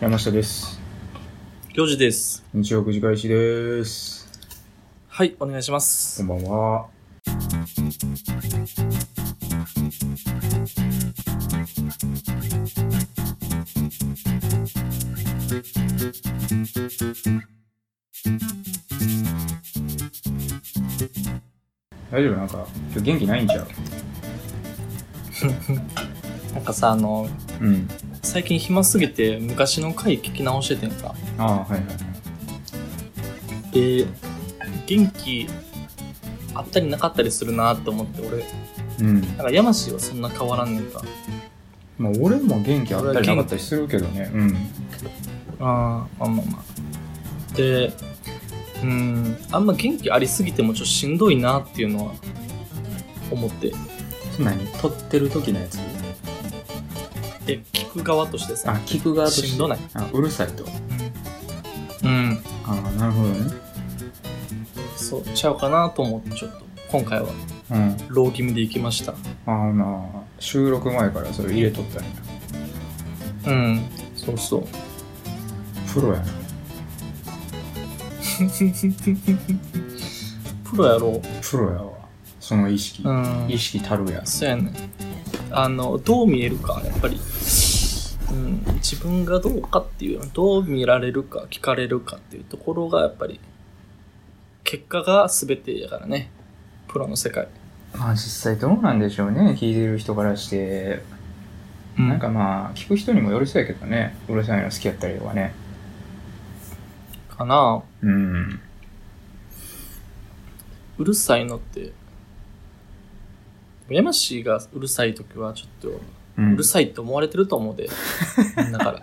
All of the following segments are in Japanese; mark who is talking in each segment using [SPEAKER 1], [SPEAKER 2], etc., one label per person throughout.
[SPEAKER 1] 山下です。
[SPEAKER 2] 行事です。
[SPEAKER 1] 日曜9時開始です。
[SPEAKER 2] はい、お願いしま
[SPEAKER 1] こ
[SPEAKER 2] す。
[SPEAKER 1] んばんは。大丈夫なんか、今日元気ないんちゃう
[SPEAKER 2] なんかさ、あの、
[SPEAKER 1] うん。
[SPEAKER 2] 最近暇すぎて昔の回聞き直しててんか。
[SPEAKER 1] ああ、はいはいはい。
[SPEAKER 2] で、元気あったりなかったりするなと思って、俺、
[SPEAKER 1] うん。
[SPEAKER 2] なんか山氏はそんな変わらんねんか。
[SPEAKER 1] まあ、俺も元気あったりなかったりするけどね。うん。
[SPEAKER 2] あーまあ、まあまあ。で、うん、あんま元気ありすぎてもちょっとしんどいなっていうのは思って。
[SPEAKER 1] そんなに
[SPEAKER 3] 撮ってる時のやつ
[SPEAKER 2] で、聞く側として
[SPEAKER 1] あ
[SPEAKER 2] さ、、
[SPEAKER 1] 聞く側として。
[SPEAKER 2] しんどない
[SPEAKER 1] あ、うるさいと。
[SPEAKER 2] うん、うん、
[SPEAKER 1] ああ、なるほどね。
[SPEAKER 2] そうちゃうかなと思って、ちょっと今回は
[SPEAKER 1] うん。
[SPEAKER 2] ロー気味で行きました。
[SPEAKER 1] ああなあ収録前からそれ入れとったんや
[SPEAKER 2] うん、そうそう。
[SPEAKER 1] プロやな
[SPEAKER 2] プロやろ
[SPEAKER 1] プロやわその意識、
[SPEAKER 2] う。ん
[SPEAKER 1] 意識たるや
[SPEAKER 2] そうやね。あの、どう見えるか、やっぱり。うん、自分がどうかっていう、どう見られるか、聞かれるかっていうところが、やっぱり、結果が全てやからね。プロの世界。
[SPEAKER 1] まあ実際どうなんでしょうね聞いてる人からして
[SPEAKER 2] うん
[SPEAKER 1] なんかまあ聞く人にもよりそうやけどねうるさいの好きやったりとかね
[SPEAKER 2] かな
[SPEAKER 1] うん
[SPEAKER 2] うるさいのって、山氏がうるさい時は、ちょっと、
[SPEAKER 1] う
[SPEAKER 2] うんるさいって思われてると思う で。みんなか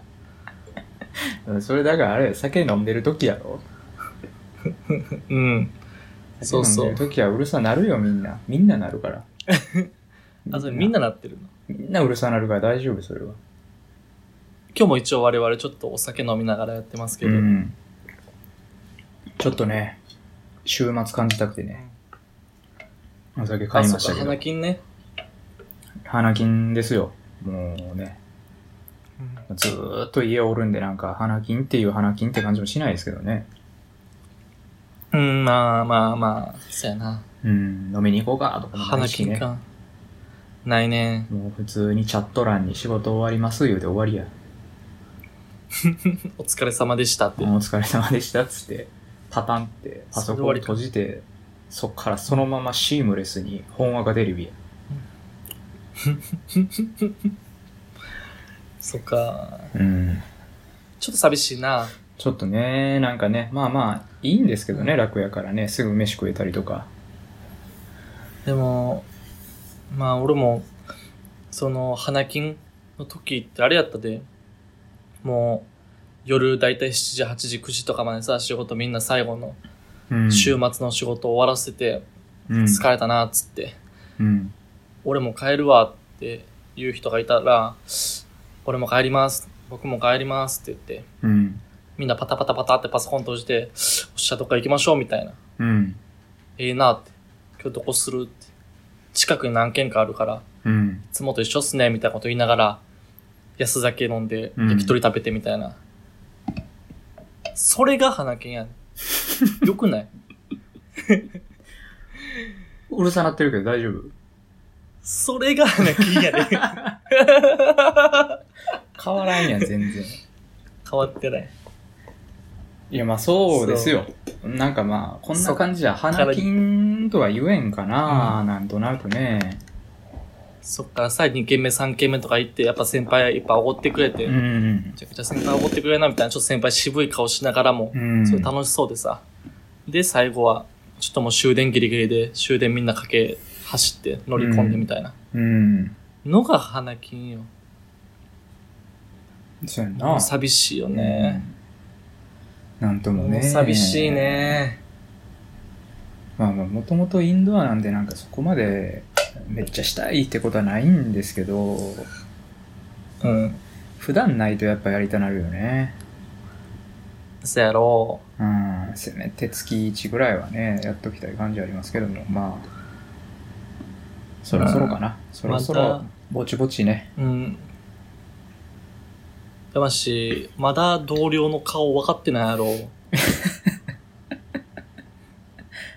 [SPEAKER 2] ら。
[SPEAKER 1] それだからあれ酒飲んでる時やろ
[SPEAKER 2] うん。そうそ
[SPEAKER 1] 酒飲
[SPEAKER 2] う
[SPEAKER 1] んでる時はうるさなるよみんなみんななるから
[SPEAKER 2] あ、それみんななってるの。
[SPEAKER 1] みんなうるさなるから大丈夫それは
[SPEAKER 2] 今日も一応我々ちょっとお酒飲みながらやってますけ
[SPEAKER 1] う
[SPEAKER 2] ど、
[SPEAKER 1] んちょっとね週末感じたくてねお酒買
[SPEAKER 2] あ、
[SPEAKER 1] い
[SPEAKER 2] そ
[SPEAKER 1] ま
[SPEAKER 2] う
[SPEAKER 1] した
[SPEAKER 2] か、
[SPEAKER 1] けど
[SPEAKER 2] 花金ね。
[SPEAKER 1] 花金ですよ。もうね、ずーっと家おるんで、なんか、花金っていう花金って感じもしないですけどね。
[SPEAKER 2] うん、まあまあまあ、そうやな。
[SPEAKER 1] うん、飲みに行こうかとかもな
[SPEAKER 2] 花
[SPEAKER 1] いし
[SPEAKER 2] 金
[SPEAKER 1] ね。
[SPEAKER 2] か。ないね。
[SPEAKER 1] もう普通にチャット欄に仕事終わります言うて終わりや。
[SPEAKER 2] お疲れ様でしたって。
[SPEAKER 1] もうお疲れ様でしたっつって、パタンって、パソコンを閉じて、そっからそのままシームレスに本アカテレビや。
[SPEAKER 2] そっか。
[SPEAKER 1] うん。
[SPEAKER 2] ちょっと寂しいな。
[SPEAKER 1] ちょっとね、なんかね、まあまあ、いいんですけどね、楽やからね、すぐ飯食えたりとか。
[SPEAKER 2] でも、まあ俺も、その、花金の時ってあれやったで、もう、夜だいたい7時、8時、9時とかまでさ、仕事みんな最後の
[SPEAKER 1] うん
[SPEAKER 2] 週末の仕事終わらせて、
[SPEAKER 1] うん。
[SPEAKER 2] 疲れたな、っつって。
[SPEAKER 1] うん。
[SPEAKER 2] 俺も帰るわっていう人がいたら、俺も帰ります。僕も帰りますって言って、
[SPEAKER 1] うん。
[SPEAKER 2] みんなパタパタパタってパソコン閉じて、おっしゃ、どっか行きましょうみたいな。
[SPEAKER 1] うん。
[SPEAKER 2] ええなって。今日どこするって。近くに何軒かあるから、
[SPEAKER 1] うん
[SPEAKER 2] い。つもと一緒っすねみたいなこと言いながら、安酒飲んで、
[SPEAKER 1] うん
[SPEAKER 2] 焼き鳥食べてみたいな。それが花犬やねん。よくないう
[SPEAKER 1] るさなってるけど大丈夫
[SPEAKER 2] それが花犬やねん。
[SPEAKER 1] 変わらんやん、全然。
[SPEAKER 2] 変わってない。
[SPEAKER 1] いや、まあそうですよ。なんかまあ、こんな感じじゃ、花金とは言えんかな、なんとなくね。
[SPEAKER 2] そっからさ、2軒目、3軒目とか行って、やっぱ先輩いっぱいおごってくれて、
[SPEAKER 1] う
[SPEAKER 2] め
[SPEAKER 1] ん。
[SPEAKER 2] ちゃくちゃ先輩おごってくれな、みたいな、ちょっと先輩渋い顔しながらも
[SPEAKER 1] う、ん。
[SPEAKER 2] それ楽しそうでさ。で、最後は、ちょっともう終電ギリギリで、終電みんなかけ、走って乗り込んでみたいな。
[SPEAKER 1] うん。
[SPEAKER 2] のが花金よ。
[SPEAKER 1] そうやん
[SPEAKER 2] も
[SPEAKER 1] な
[SPEAKER 2] う。寂しいよね。
[SPEAKER 1] なんとも
[SPEAKER 2] も
[SPEAKER 1] ね。
[SPEAKER 2] う寂しい。ね。
[SPEAKER 1] まあまあ、もともとインドアなんで、なんかそこまで、めっちゃしたいってことはないんですけど、
[SPEAKER 2] うん。
[SPEAKER 1] 普段ないとやっぱやりたなるよね。
[SPEAKER 2] そやろ
[SPEAKER 1] うん。せめて月1ぐらいはね、やっときたい感じありますけども、まあ、そろそろかな。そろそろ
[SPEAKER 2] また、
[SPEAKER 1] ぼちぼちね。
[SPEAKER 2] う。うん。やまし、まだ同僚の顔分かってないやろ。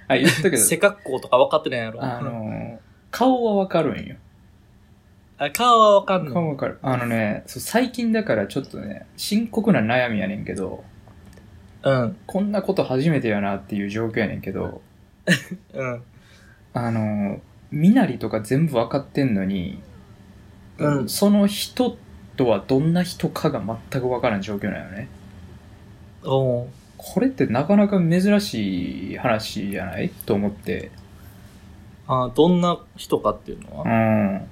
[SPEAKER 1] あ、言ったけど、
[SPEAKER 2] 背格好とか分かってないやろ。
[SPEAKER 1] あの、顔はわかるんよ。
[SPEAKER 2] あ顔は分かん
[SPEAKER 1] 顔
[SPEAKER 2] の。
[SPEAKER 1] わかる。あのね、そう最近だからちょっとね、深刻な悩みやねんけど、
[SPEAKER 2] うん。
[SPEAKER 1] こんなこと初めてやなっていう状況やねんけど、
[SPEAKER 2] うん。
[SPEAKER 1] あの、身なりとか全部わかってんのに、
[SPEAKER 2] うん
[SPEAKER 1] その人とはどんな人かが全くわからん状況なのね。
[SPEAKER 2] おう
[SPEAKER 1] これってなかなか珍しい話じゃないと思って。
[SPEAKER 2] あどんな人かっていうの
[SPEAKER 1] う
[SPEAKER 2] は。
[SPEAKER 1] ん。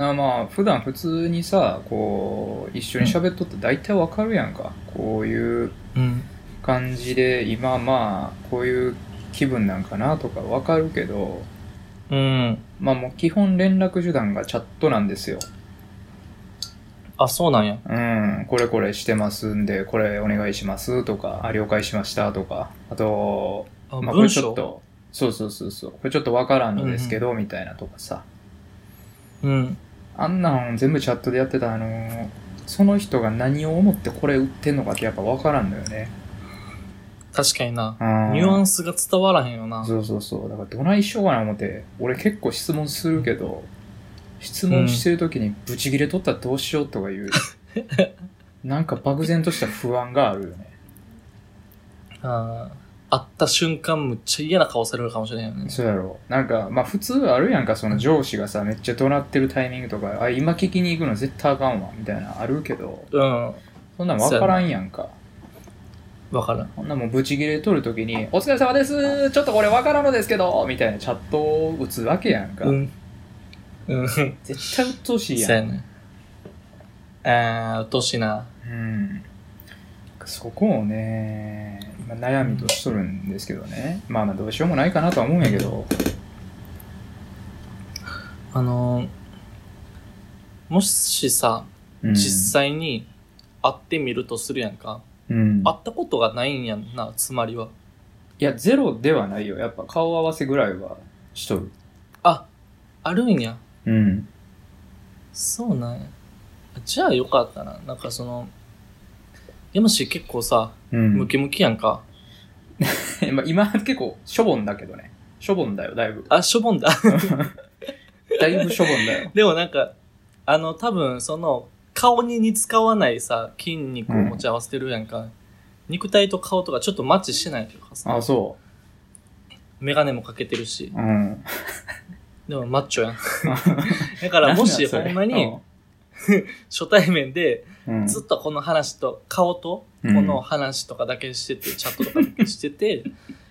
[SPEAKER 1] あまあ、普段普通にさ、こう、一緒に喋っとって大体わかるやんか。こういう
[SPEAKER 2] うん。
[SPEAKER 1] 感じで、今まあ、こういう気分なんかなとかわかるけど、
[SPEAKER 2] うん。
[SPEAKER 1] まあもう基本連絡手段がチャットなんですよ。
[SPEAKER 2] あ、そうなんや。
[SPEAKER 1] うん、これこれしてますんで、これお願いしますとか、あ、了解しましたとか、あと、
[SPEAKER 2] あ
[SPEAKER 1] まあ、これ
[SPEAKER 2] 文
[SPEAKER 1] ちょ
[SPEAKER 2] 章
[SPEAKER 1] っ。と、そうそうそうそう、これちょっとわからんのですけど、みたいなとかさ、
[SPEAKER 2] うん。
[SPEAKER 1] あんなん全部チャットでやってた、あのーその人が何を思ってこれ売ってんのかってやっぱわからんのよね。
[SPEAKER 2] 確かにな。
[SPEAKER 1] ニ
[SPEAKER 2] ニュア
[SPEAKER 1] ン
[SPEAKER 2] ンスが伝わらへんよな。
[SPEAKER 1] そうそうそう、だからどないしようかな思って、俺結構質問するけど、質問してる時にブチ切れとったらどうしようとか いう、なんか漠然とした不安があるよね。
[SPEAKER 2] あー会った瞬間むっちゃ嫌な顔されるかもしれんよね。
[SPEAKER 1] そうやろ。なんか、まあ普通あるやんか、その上司がさ、めっちゃ怒鳴ってるタイミングとか、あ、今聞きに行くの絶対あかんわ、みたいなあるけど、
[SPEAKER 2] うん。
[SPEAKER 1] そんなん分からんやんか。
[SPEAKER 2] わからん。
[SPEAKER 1] そんなもうブチギレ取るときに、お疲れ様ですちょっとこれ分からんのですけどみたいなチャットを打つわけやんか。
[SPEAKER 2] うん。うん。
[SPEAKER 1] 絶対鬱陶しい
[SPEAKER 2] そう
[SPEAKER 1] や
[SPEAKER 2] や
[SPEAKER 1] ん。
[SPEAKER 2] ね。あー、うっとうしいな。
[SPEAKER 1] うん。そこをね、今悩みとしとるんですけどね。まあまあどうしようもないかなとは思うんやけど。
[SPEAKER 2] あのーもしさ、
[SPEAKER 1] うん、
[SPEAKER 2] 実際に会ってみるとするやんか。
[SPEAKER 1] うん。
[SPEAKER 2] 会ったことがないんやんな、つまりは。
[SPEAKER 1] いや、ゼロではないよ。やっぱ顔合わせぐらいはしとる。
[SPEAKER 2] あ、あるんや。
[SPEAKER 1] うん。
[SPEAKER 2] そうなんや。じゃあよかったな。なんかその、山氏結構さ、
[SPEAKER 1] うん
[SPEAKER 2] ムキムキやんか。
[SPEAKER 1] まあ今結構しょぼんだけどね。しょぼんだよ、だいぶ。
[SPEAKER 2] あ、しょぼんだ。
[SPEAKER 1] だいぶしょぼんだよ。
[SPEAKER 2] でもなんか、あの、多分その、顔に似つかわないさ、筋肉を持ち合わせてるやんか。肉体と顔とかちょっとマッチしてないというかさ、
[SPEAKER 1] あ、そ
[SPEAKER 2] メガネもかけてるし、
[SPEAKER 1] う。うん。
[SPEAKER 2] でもマッチョやん。 だからもしほんまに、初対面で、
[SPEAKER 1] うん、
[SPEAKER 2] ずっとこの話と、顔と、こ
[SPEAKER 1] うん
[SPEAKER 2] の話とかだけしてて、チャットとかだけし てて、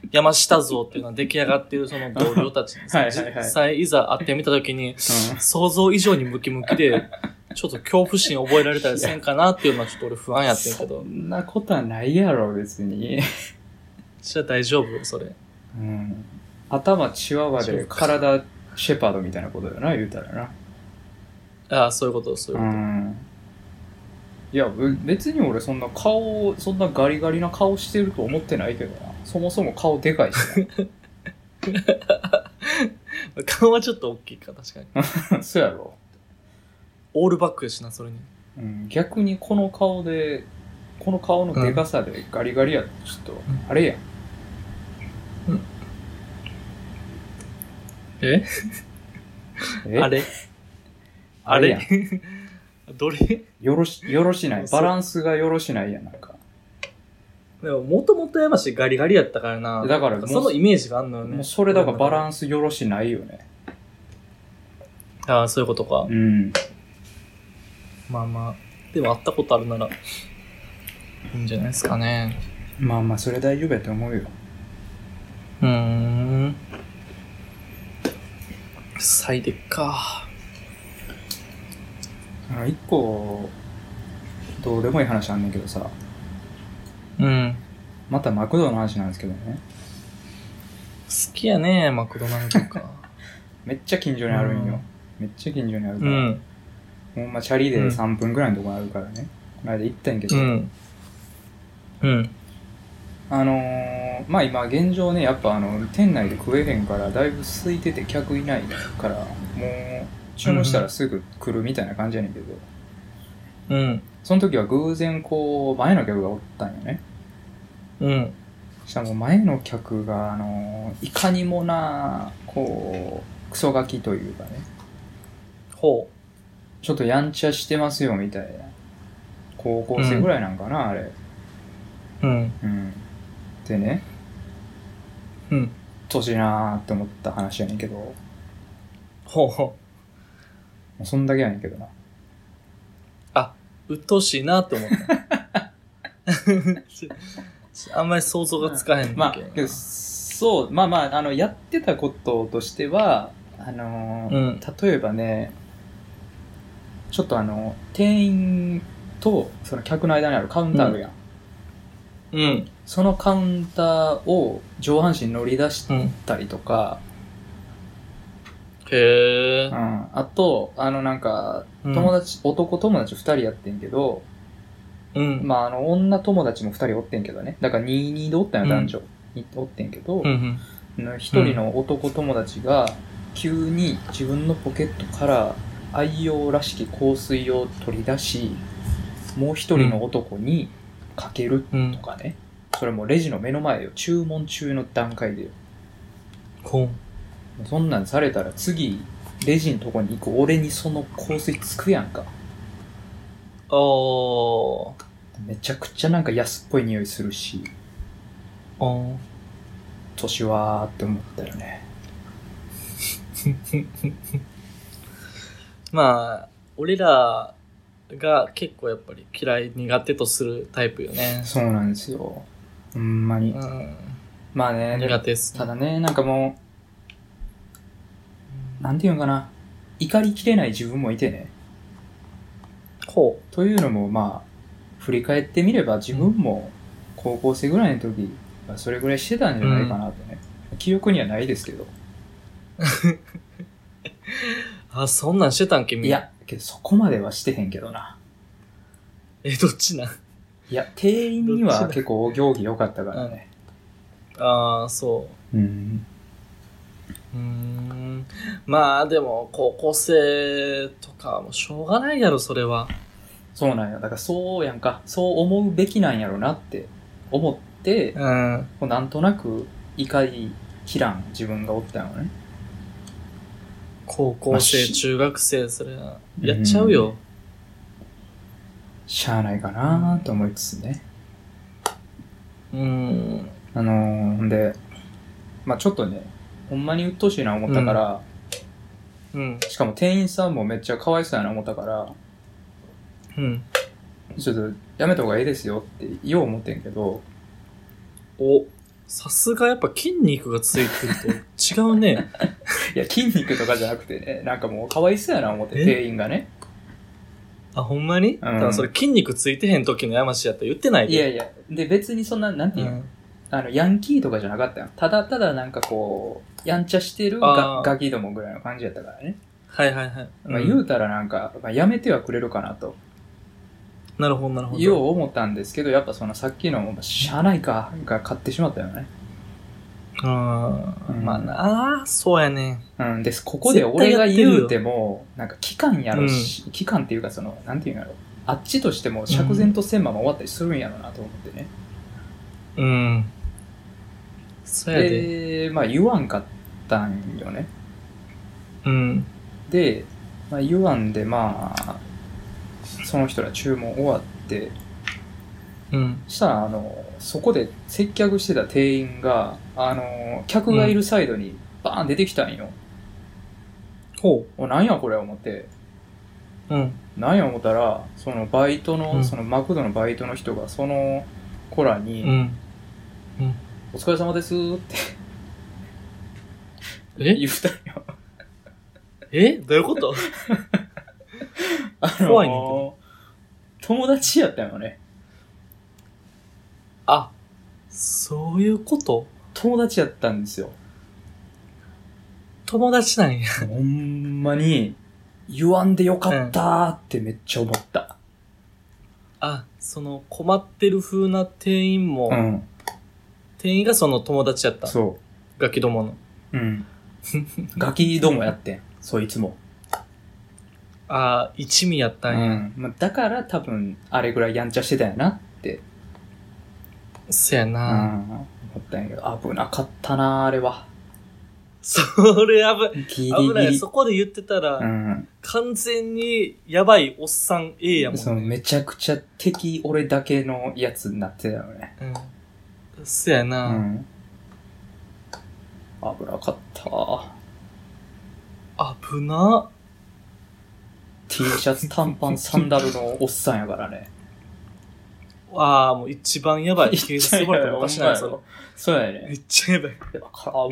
[SPEAKER 2] 山下像っていうのは出来上がってるその同僚たちにさ、
[SPEAKER 1] はいはいはい
[SPEAKER 2] 実際いざ会ってみたときに、想像以上にムキム キで、ちょっと恐怖心覚えられたりせんかなっていうのはちょっと俺不安やってんけ
[SPEAKER 1] そ
[SPEAKER 2] ど、
[SPEAKER 1] んなことはないやろ、別に。
[SPEAKER 2] じゃあ大丈夫それ。
[SPEAKER 1] うん、頭チワワ
[SPEAKER 2] そ
[SPEAKER 1] で
[SPEAKER 2] うか
[SPEAKER 1] 体シェパードみたいなことだよな、言うたらな。
[SPEAKER 2] ああ、そういうこと、そういううこ
[SPEAKER 1] ん。いや、べ別に俺そんな顔、そんなガリガリな顔してると思ってないけどな。そもそも顔でかいし
[SPEAKER 2] と。顔はちょっと大きいか、確かに。
[SPEAKER 1] な。 そうやろ。
[SPEAKER 2] オールバックやしな、それに。
[SPEAKER 1] うん、逆にこの顔でこの顔のでかさでガリガリやとちょっと
[SPEAKER 2] ん
[SPEAKER 1] あれやん
[SPEAKER 2] え
[SPEAKER 1] え
[SPEAKER 2] あれあ
[SPEAKER 1] あれ
[SPEAKER 2] れ
[SPEAKER 1] や
[SPEAKER 2] どれ
[SPEAKER 1] よろしよろしない
[SPEAKER 2] そう
[SPEAKER 1] バランスがよろしないやんなんか
[SPEAKER 2] でも、もともと山氏ガリガリやったからな。
[SPEAKER 1] だからもう
[SPEAKER 2] そのイメージがあんのよね。
[SPEAKER 1] もうそれだからバラ
[SPEAKER 2] ン
[SPEAKER 1] ンスよろしないよね
[SPEAKER 2] ス。ああ、そういうことか。
[SPEAKER 1] うん
[SPEAKER 2] まあまあ。でも、会ったことあるなら、いいんじゃないですかね。
[SPEAKER 1] まあまあそれ大丈夫やと思うよ
[SPEAKER 2] うーん。最適か。
[SPEAKER 1] あの一個どうでもいい話あんねんけどさ
[SPEAKER 2] うん。
[SPEAKER 1] またマクドの話なんですけどね
[SPEAKER 2] 好きやね、マクドナルドか。
[SPEAKER 1] めっちゃ近所にあるんよ、
[SPEAKER 2] うん
[SPEAKER 1] めっちゃ近所にあるか
[SPEAKER 2] う
[SPEAKER 1] ら、
[SPEAKER 2] ん。
[SPEAKER 1] ほんまチャリで
[SPEAKER 2] うん
[SPEAKER 1] 3分ぐらいのとこにあるからね、この間行ったんやけ
[SPEAKER 2] う
[SPEAKER 1] ど、
[SPEAKER 2] ん。うん。
[SPEAKER 1] あのー、まあ今現状ねやっぱあの店内で食えへんからだいぶ空いてて客いないからもう注文したらすぐ来るみたいな感じやねんけど、
[SPEAKER 2] うん。
[SPEAKER 1] その時は偶然こう、前の客がおったんよね。
[SPEAKER 2] うん。
[SPEAKER 1] しかも前の客が、あの、いかにもな、こう、クソガキというかね、
[SPEAKER 2] ほ
[SPEAKER 1] ちょっとやんちゃしてますよみたいな。高校生ぐらいなんかな、あれ。
[SPEAKER 2] う。うん。
[SPEAKER 1] うん。でね、
[SPEAKER 2] うん。
[SPEAKER 1] 年なーって思った話やねんけど、も
[SPEAKER 2] ほうほ
[SPEAKER 1] うそんだけやねんけどな。
[SPEAKER 2] う。あ、うっとうしいなって思った。あんまり想像がつかへん
[SPEAKER 1] ま
[SPEAKER 2] だ
[SPEAKER 1] あ
[SPEAKER 2] けどな。、
[SPEAKER 1] けどそう、まあまあ、あの、やってたこととしては、あのー
[SPEAKER 2] うん。
[SPEAKER 1] 例えばね、ちょっとあの、店員とその客の間にあるカウンターあるやん。
[SPEAKER 2] うん。
[SPEAKER 1] そのカウンターを上半身乗り出し
[SPEAKER 2] うん。
[SPEAKER 1] たりとか、
[SPEAKER 2] へえ
[SPEAKER 1] う。ん、あと、あのなんか、
[SPEAKER 2] うん
[SPEAKER 1] 友達、男友達2人やってんけど、
[SPEAKER 2] うん。
[SPEAKER 1] まああの、女友達も2人おってんけどね。だから22でおったんよ、
[SPEAKER 2] うん
[SPEAKER 1] 男女。におってんけど、
[SPEAKER 2] うんうん。
[SPEAKER 1] 1人の男友達が、急に自分のポケットから愛用らしき香水を取り出し、もう1人の男にかける
[SPEAKER 2] うん
[SPEAKER 1] と。かね。それもレジの目の前よ。注文中の段階でよ。
[SPEAKER 2] ほう。
[SPEAKER 1] そんなんされたら次、レジのとこに行く俺にその香水つくやんか。
[SPEAKER 2] おー。
[SPEAKER 1] めちゃくちゃなんか安っぽい匂いするし、
[SPEAKER 2] おー。
[SPEAKER 1] 年はーって思ったよね。
[SPEAKER 2] まあ、俺らが結構やっぱり嫌い苦手とするタイプよね。
[SPEAKER 1] そうなんですよ。ほんまに。
[SPEAKER 2] うん。
[SPEAKER 1] まあね、
[SPEAKER 2] 苦手っすね。
[SPEAKER 1] ただね、なんかもう、なんていうのかな、怒りきれない自分もいてね。
[SPEAKER 2] ほ
[SPEAKER 1] というのも、まあ、振り返ってみれば自分も高校生ぐらいの時、それぐらいしてたんじゃないかなとね。記憶にはないですけど。
[SPEAKER 2] う。あ、そんなんしてたん君。
[SPEAKER 1] い。や、けどそこまではしてへんけどな。
[SPEAKER 2] え、どっちなん
[SPEAKER 1] いや、店員に
[SPEAKER 2] どっち
[SPEAKER 1] は
[SPEAKER 2] だ
[SPEAKER 1] 結構行儀良かったからね。
[SPEAKER 2] ああ、そ
[SPEAKER 1] うん。
[SPEAKER 2] う。うーん。まあ、でも、高校生とかはもうしょうがないやろ、それは。
[SPEAKER 1] そうなんや。だからそうやんか。そう思うべきなんやろなって思って、
[SPEAKER 2] うん。
[SPEAKER 1] こうなんとなく怒りきらん自分がおったのね。
[SPEAKER 2] 高
[SPEAKER 1] ま
[SPEAKER 2] 校
[SPEAKER 1] あ
[SPEAKER 2] 生、
[SPEAKER 1] し
[SPEAKER 2] 中学生、それは、やっちゃうよ。
[SPEAKER 1] しゃあないかなと思いつつね。
[SPEAKER 2] うーん。
[SPEAKER 1] あのー、ほんで、まあちょっとね、ほんまに鬱陶しいな思ったから、
[SPEAKER 2] うん。
[SPEAKER 1] しかも店員さんもめっちゃかわいそうやな思ったから、
[SPEAKER 2] うん。
[SPEAKER 1] ちょっとやめた方がいいですよって言おう思ってんけど、
[SPEAKER 2] お、さすがやっぱ筋肉がついてると違 うね。
[SPEAKER 1] いや筋肉とかじゃなくてね、なんかもうかわいそうやな思って、
[SPEAKER 2] え
[SPEAKER 1] 店員がね。
[SPEAKER 2] あ、ほんまに、だからそれ筋肉ついてへん時の山氏やったら言ってない
[SPEAKER 1] い
[SPEAKER 2] で。
[SPEAKER 1] やいや、で別にそんな、なんていううの、
[SPEAKER 2] ん。
[SPEAKER 1] あの、ヤンキーとかじゃなかったよ。ただただなんかこう、やんちゃしてる
[SPEAKER 2] あ
[SPEAKER 1] ガ
[SPEAKER 2] ー
[SPEAKER 1] ガキどもぐらいの感じやったからね。
[SPEAKER 2] はいはいはい。
[SPEAKER 1] まあ、言うたらなんか、まあ、やめてはくれるかなと、
[SPEAKER 2] なるほどなるほど。
[SPEAKER 1] よう思ったんですけど、やっぱそのさっきの、社内か、が買ってしまったよね。
[SPEAKER 2] あー
[SPEAKER 1] うん
[SPEAKER 2] まあなあ、そうやね。
[SPEAKER 1] うん、です、ここで俺が言うても、なんか期間やろし、期間っていうかその、なんていうんやろ。あっちとしても釈然とせんまま終わったりするんやろなと思ってね。
[SPEAKER 2] うん。そうやで。
[SPEAKER 1] で、まあ言わんかったんよね。
[SPEAKER 2] うん。
[SPEAKER 1] で、まあ、言わんでまあその人ら注文終わって
[SPEAKER 2] うん。
[SPEAKER 1] したらあのそこで接客してた店員があの客がいるサイドにバーン出てきたんよ、
[SPEAKER 2] ほ
[SPEAKER 1] おなんやこれ思って
[SPEAKER 2] う。うん。
[SPEAKER 1] なんや思ったらそのバイトの、
[SPEAKER 2] うん
[SPEAKER 1] そのマクドのバイトの人がその子らに「
[SPEAKER 2] うん。
[SPEAKER 1] お疲れ様です」って
[SPEAKER 2] え
[SPEAKER 1] 言ったんよ
[SPEAKER 2] えどういうこと
[SPEAKER 1] あの
[SPEAKER 2] 怖いねんけど
[SPEAKER 1] 友達やったよね
[SPEAKER 2] あ、そういうこと
[SPEAKER 1] 友達やったん ですよ
[SPEAKER 2] 友達なんや。
[SPEAKER 1] ほんまに、言わんでよかったーってめっちゃ思った。
[SPEAKER 2] あ、その困ってる風な店員も、
[SPEAKER 1] ん。
[SPEAKER 2] 店員がその友達やった。
[SPEAKER 1] そ
[SPEAKER 2] ガキどもの。
[SPEAKER 1] う。うん。ガキどもやってん。そいつも。
[SPEAKER 2] ああ、一味やったんや。
[SPEAKER 1] うんまあ、だから多分あれぐらいやんちゃしてたんやなって、
[SPEAKER 2] そや
[SPEAKER 1] うん
[SPEAKER 2] な、
[SPEAKER 1] 思ったんやけど危なかったなあれは
[SPEAKER 2] それやばい。
[SPEAKER 1] ギリ
[SPEAKER 2] 危
[SPEAKER 1] ギ
[SPEAKER 2] ない。
[SPEAKER 1] リ
[SPEAKER 2] そこで言ってたら、
[SPEAKER 1] うん、
[SPEAKER 2] 完全にやばいおっさん A やもん
[SPEAKER 1] そのめちゃくちゃ敵俺だけのやつになってたよね、
[SPEAKER 2] うん。そや
[SPEAKER 1] う
[SPEAKER 2] な、
[SPEAKER 1] ん、危なかった
[SPEAKER 2] 危な。
[SPEAKER 1] T シャツ短パンサンダルのおっさんやからね
[SPEAKER 2] ああ、もう一番や ばい。
[SPEAKER 1] 一番やばい
[SPEAKER 2] 警察呼ばれたらおかしない。
[SPEAKER 1] ほ
[SPEAKER 2] そ
[SPEAKER 1] んまや
[SPEAKER 2] の
[SPEAKER 1] そうやね
[SPEAKER 2] めっちゃやばい。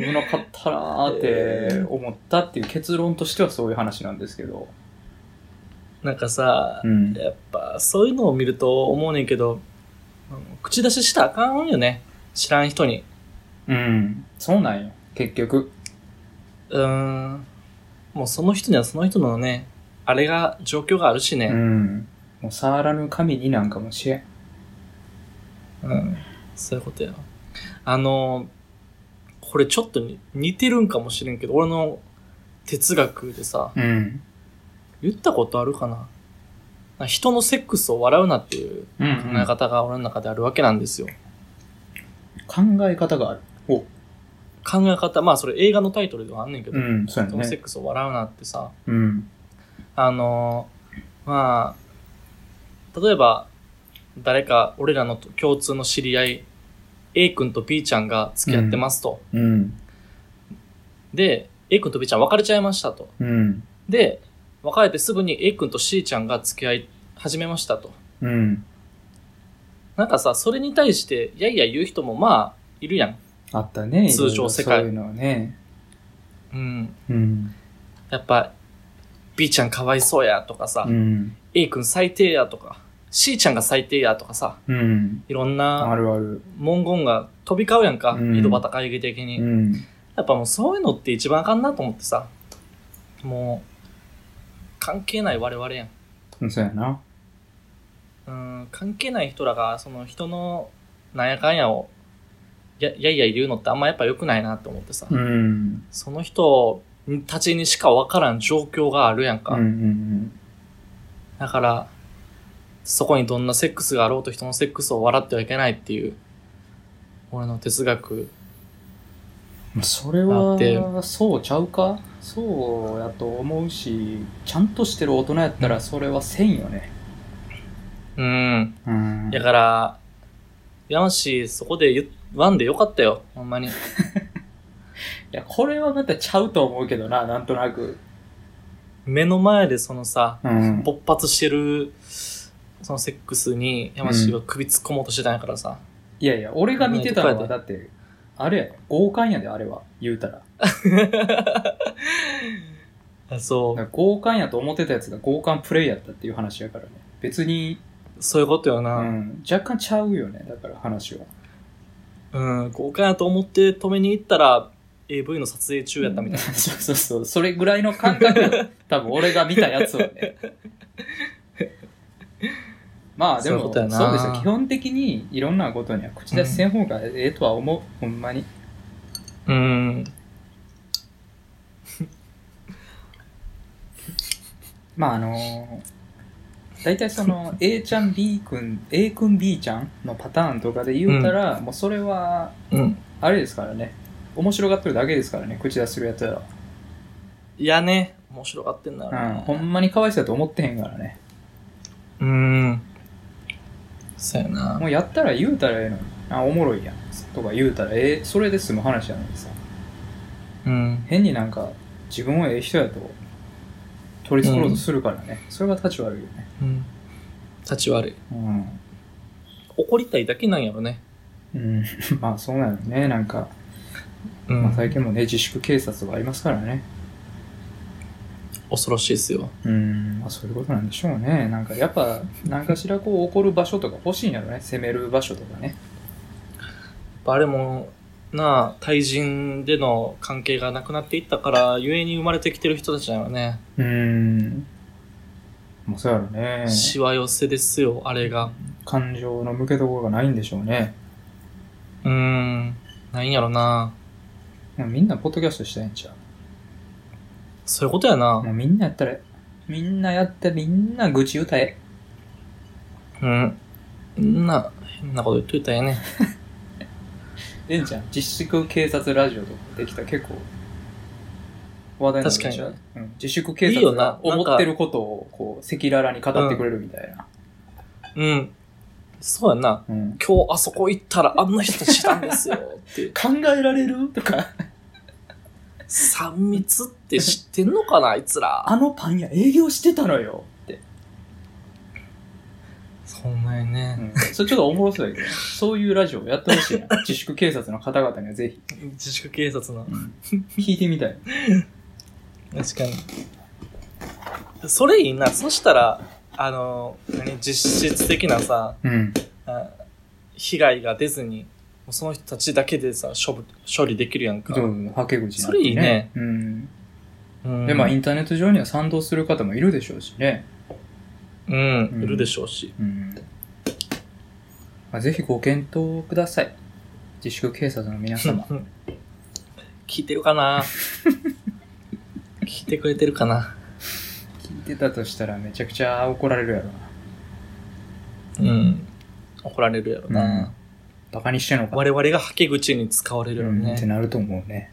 [SPEAKER 1] 危なかったなーって思ったっていう結論としてはそういう話なんですけど、
[SPEAKER 2] なんかさ、
[SPEAKER 1] うん、
[SPEAKER 2] やっぱそういうのを見ると思うねんけど、うん口出ししたらあかんよね。知らん人に。
[SPEAKER 1] うん。そうなんよ。結局。
[SPEAKER 2] うーん。もうその人にはその人のね、あれが、状況があるし
[SPEAKER 1] う
[SPEAKER 2] ね。
[SPEAKER 1] ん。もう触らぬ神になんかもしれん。
[SPEAKER 2] うん。そういうことや。あの、これちょっとに似てるんかもしれんけど、俺の哲学でさ、
[SPEAKER 1] うん。
[SPEAKER 2] 言ったことあるかなな人のセックスを笑うなっていう
[SPEAKER 1] う
[SPEAKER 2] 考
[SPEAKER 1] ん、
[SPEAKER 2] え方が俺の中であるわけなんですよ。
[SPEAKER 1] 考え方がある。お。
[SPEAKER 2] 考え方、まあそれ映画のタイトルではあんねんけど、
[SPEAKER 1] うん、そうや
[SPEAKER 2] 人のセ
[SPEAKER 1] ね。
[SPEAKER 2] ックスを笑うなってさ、
[SPEAKER 1] うん。
[SPEAKER 2] あのーまあ、例えば、誰か、俺らの共通の知り合い、A 君と B ちゃんが付き合ってますと。
[SPEAKER 1] うん。
[SPEAKER 2] で、A 君と B ちゃん別れちゃいましたと。
[SPEAKER 1] うん。
[SPEAKER 2] で、別れてすぐに A 君と C ちゃんが付き合い始めましたと。
[SPEAKER 1] うん。
[SPEAKER 2] なんかさ、それに対して、いやいや言う人もまあ、いるやん。
[SPEAKER 1] あったね。い
[SPEAKER 2] 通常
[SPEAKER 1] ろいろ
[SPEAKER 2] 世界
[SPEAKER 1] そういうのはね。
[SPEAKER 2] うん。
[SPEAKER 1] うん。
[SPEAKER 2] やっぱ、B ちゃんかわいそうやとかさ、
[SPEAKER 1] うん。
[SPEAKER 2] A 君最低やとか、C ちゃんが最低やとかさ、
[SPEAKER 1] うん。
[SPEAKER 2] いろん
[SPEAKER 1] あ
[SPEAKER 2] な
[SPEAKER 1] るある。
[SPEAKER 2] 文言が飛び交うやんか、
[SPEAKER 1] うん
[SPEAKER 2] 井戸端会議的に。
[SPEAKER 1] うん。
[SPEAKER 2] やっぱもうそういうのって一番あかんなと思ってさ、もう、関係ない我々やん。
[SPEAKER 1] うんそうやな。
[SPEAKER 2] うん、関係ない人らが、その人のなんやかんやを、や、やいやい言うのってあんまやっぱ良くないなと思ってさ、
[SPEAKER 1] うん。
[SPEAKER 2] その人たちにしかわからん状況があるやんか。
[SPEAKER 1] うんうん
[SPEAKER 2] だから、そこにどんなセックスがあろうと人のセックスを笑ってはいけないっていう、俺の哲学。
[SPEAKER 1] うん。それ
[SPEAKER 2] だって
[SPEAKER 1] は、そうちゃうかそうやと思うし、ちゃんとしてる大人やったらそれはせんよね。
[SPEAKER 2] うん。
[SPEAKER 1] うん。
[SPEAKER 2] だから、やまし、そこで言わんでよかったよ。ほんまに。
[SPEAKER 1] いや、これはまたちゃうと思うけどな、なんとなく。
[SPEAKER 2] 目の前でそのさ、
[SPEAKER 1] うん。
[SPEAKER 2] 勃発してる、そのセックスに、やましが首突っ込もうとしてたんやからさ。
[SPEAKER 1] いやいや、俺が見てたの
[SPEAKER 2] こ
[SPEAKER 1] は、
[SPEAKER 2] んなにい
[SPEAKER 1] だって、あれやで、強姦やで、あれは、言うたら。だか
[SPEAKER 2] あそ
[SPEAKER 1] ら強姦やと思ってたやつが強姦プレイやったっていう話やからね。別に、
[SPEAKER 2] う、そういうことよ
[SPEAKER 1] う
[SPEAKER 2] な。
[SPEAKER 1] ん、若干ちゃうよね、だから話は。
[SPEAKER 2] うん、豪華やと思って止めに行ったら、AV の撮影中やったみたい
[SPEAKER 1] そうそうそう、それぐらいの感覚 よ多分俺が見たやつはね。まあでも、
[SPEAKER 2] そういう
[SPEAKER 1] そ
[SPEAKER 2] こ
[SPEAKER 1] う
[SPEAKER 2] とや
[SPEAKER 1] で
[SPEAKER 2] な
[SPEAKER 1] すよ。基本的にいろんなことには口出しせん方がええとは思う、ほんまに。
[SPEAKER 2] な。うん。
[SPEAKER 1] まああの大体そ の A ちゃん B 君 A 君 B ちゃんのパターンとかで言うたら、もうそれは
[SPEAKER 2] うん。
[SPEAKER 1] あれですからね面白がってるだけですからね口出しするやつら
[SPEAKER 2] いやね、面白がってんだよ
[SPEAKER 1] は、うん、
[SPEAKER 2] な
[SPEAKER 1] ほんまにかわいそうやと思ってへんからね
[SPEAKER 2] うん。うん。そうやな。
[SPEAKER 1] もうやったら言うたらええのにあおもろいやんとか言うたらええそれで済む話やのにさ
[SPEAKER 2] うん。
[SPEAKER 1] 変になんか自分はええ人やと取り繕ろうとするからね、それが立ち悪いよね
[SPEAKER 2] うん。立ち悪い。
[SPEAKER 1] うん
[SPEAKER 2] 怒りたいだけなんやろね。
[SPEAKER 1] うん、 まあそうなのねなんか
[SPEAKER 2] う
[SPEAKER 1] まあ、
[SPEAKER 2] ん。
[SPEAKER 1] 最近もね、自粛警察とかありますからね。
[SPEAKER 2] 恐ろしいですよ。
[SPEAKER 1] うん、まあそういうことなんでしょうね。なんかやっぱ、何かしらこう怒る場所とか欲しいんやろね。攻める場所とかね。
[SPEAKER 2] あれも、なあ、対人での関係がなくなっていったから、ゆえに生まれてきてる人たちだよね。
[SPEAKER 1] うん。まあそうやろね。
[SPEAKER 2] しわ寄せですよ、あれが。
[SPEAKER 1] 感情の向けどころがないんでしょうね。
[SPEAKER 2] うん。ないんやろな。
[SPEAKER 1] でもみんなポッドキャストしたいんちゃう
[SPEAKER 2] そういうことやな。
[SPEAKER 1] もうみんなやったらみんなやってみんな愚痴歌え。
[SPEAKER 2] うん。そんな、変なこと言っといたらええねん。
[SPEAKER 1] ええんちゃん、自粛警察ラジオとかできたら結構、話題になるんちゃう
[SPEAKER 2] 確
[SPEAKER 1] うん、自粛警
[SPEAKER 2] いいよ
[SPEAKER 1] 察
[SPEAKER 2] な
[SPEAKER 1] が思ってることを、こう、赤裸々に語ってくれるみたいな。
[SPEAKER 2] うん。そうやな。
[SPEAKER 1] うん
[SPEAKER 2] 今日あそこ行ったらあんな人知たんですよって。
[SPEAKER 1] 考えられるとか、
[SPEAKER 2] 三密って知ってんのかなあいつら。
[SPEAKER 1] あのパン屋営業してたのよって。
[SPEAKER 2] そんなに
[SPEAKER 1] う
[SPEAKER 2] ね。
[SPEAKER 1] ん、それちょっとおもろそうだけど、そういうラジオやってほしい な。自粛警察の方々にはぜひ、
[SPEAKER 2] 自粛警察の。
[SPEAKER 1] 聞いてみたい。
[SPEAKER 2] 確かに。それいいな。そしたら、あの、何、実質的なさ、
[SPEAKER 1] うん。
[SPEAKER 2] あ被害が出ずに、もうその人たちだけでさ、処分処理できるやんか。
[SPEAKER 1] そう、はけ口になって
[SPEAKER 2] それいいね。
[SPEAKER 1] うん。
[SPEAKER 2] うん
[SPEAKER 1] で、まあ、インターネット上には賛同する方もいるでしょうしね。
[SPEAKER 2] うん
[SPEAKER 1] う、ん
[SPEAKER 2] いるでしょうし。
[SPEAKER 1] うん。まあ、ぜひご検討ください。自粛警察の皆様。
[SPEAKER 2] 聞いてるか な聞いてくれてるかな
[SPEAKER 1] 聞いてたとしたらめちゃくちゃ怒られるやろな。
[SPEAKER 2] うん。怒られるやろな。
[SPEAKER 1] バカにしてん のか。
[SPEAKER 2] 我々がはけ口に使われるよ
[SPEAKER 1] うんって
[SPEAKER 2] ね、
[SPEAKER 1] なると思うね。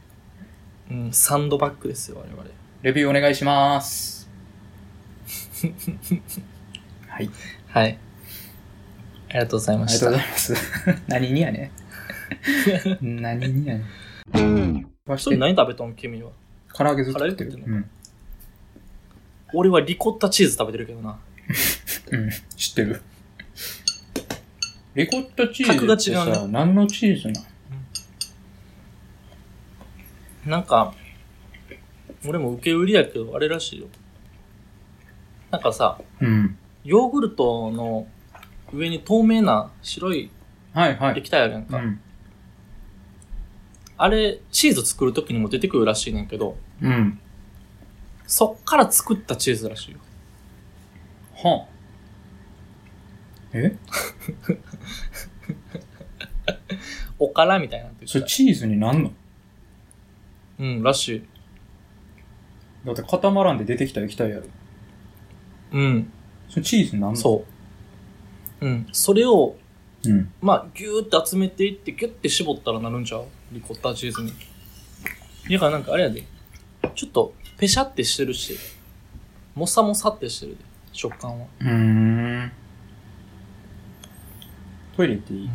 [SPEAKER 2] うんサンドバッグですよ、我々。
[SPEAKER 1] レビューお願いし ます。はい。
[SPEAKER 2] はい。ありがとうござい
[SPEAKER 1] あ
[SPEAKER 2] ま
[SPEAKER 1] り
[SPEAKER 2] し
[SPEAKER 1] がとう
[SPEAKER 2] た。
[SPEAKER 1] ございます。 何にやね。 何にやね。わし
[SPEAKER 2] そ
[SPEAKER 1] て
[SPEAKER 2] れ、何食べたの君は。
[SPEAKER 1] 唐揚げずっと食って
[SPEAKER 2] 唐
[SPEAKER 1] る
[SPEAKER 2] 揚。げ食って
[SPEAKER 1] うん。
[SPEAKER 2] 俺はリコッタチーズ食べてるけどな。
[SPEAKER 1] うん。知ってる。リコッタチーズって
[SPEAKER 2] 格が違
[SPEAKER 1] さ、
[SPEAKER 2] う
[SPEAKER 1] 何のチーズなの
[SPEAKER 2] なんか、俺も受け売りやけど、あれらしいよ。なんかさ、
[SPEAKER 1] うん。
[SPEAKER 2] ヨーグルトの上に透明な白い
[SPEAKER 1] はいはい。
[SPEAKER 2] 液体あるやんか。
[SPEAKER 1] うん。
[SPEAKER 2] あれ、チーズ作るときにも出てくるらしいねんけど、
[SPEAKER 1] うん。
[SPEAKER 2] そっから作ったチーズらしいよ。
[SPEAKER 1] はあ。え
[SPEAKER 2] おからみたいなって
[SPEAKER 1] そ
[SPEAKER 2] 言
[SPEAKER 1] れ
[SPEAKER 2] って
[SPEAKER 1] チーズになんの
[SPEAKER 2] た。うん、らしい。
[SPEAKER 1] だって固まらんで出てきた液体やろ。
[SPEAKER 2] うん、
[SPEAKER 1] それチーズになんの
[SPEAKER 2] そう。うん、それを、
[SPEAKER 1] う。うん。
[SPEAKER 2] まあ、ぎゅーって集めていって、ぎゅって絞ったらなるんちゃうリコッタチーズに。だからなんかあれやで、ちょっと、ペシャってしてるし、もさもさってしてるで、食感は。
[SPEAKER 1] うーん。トイレ行っていい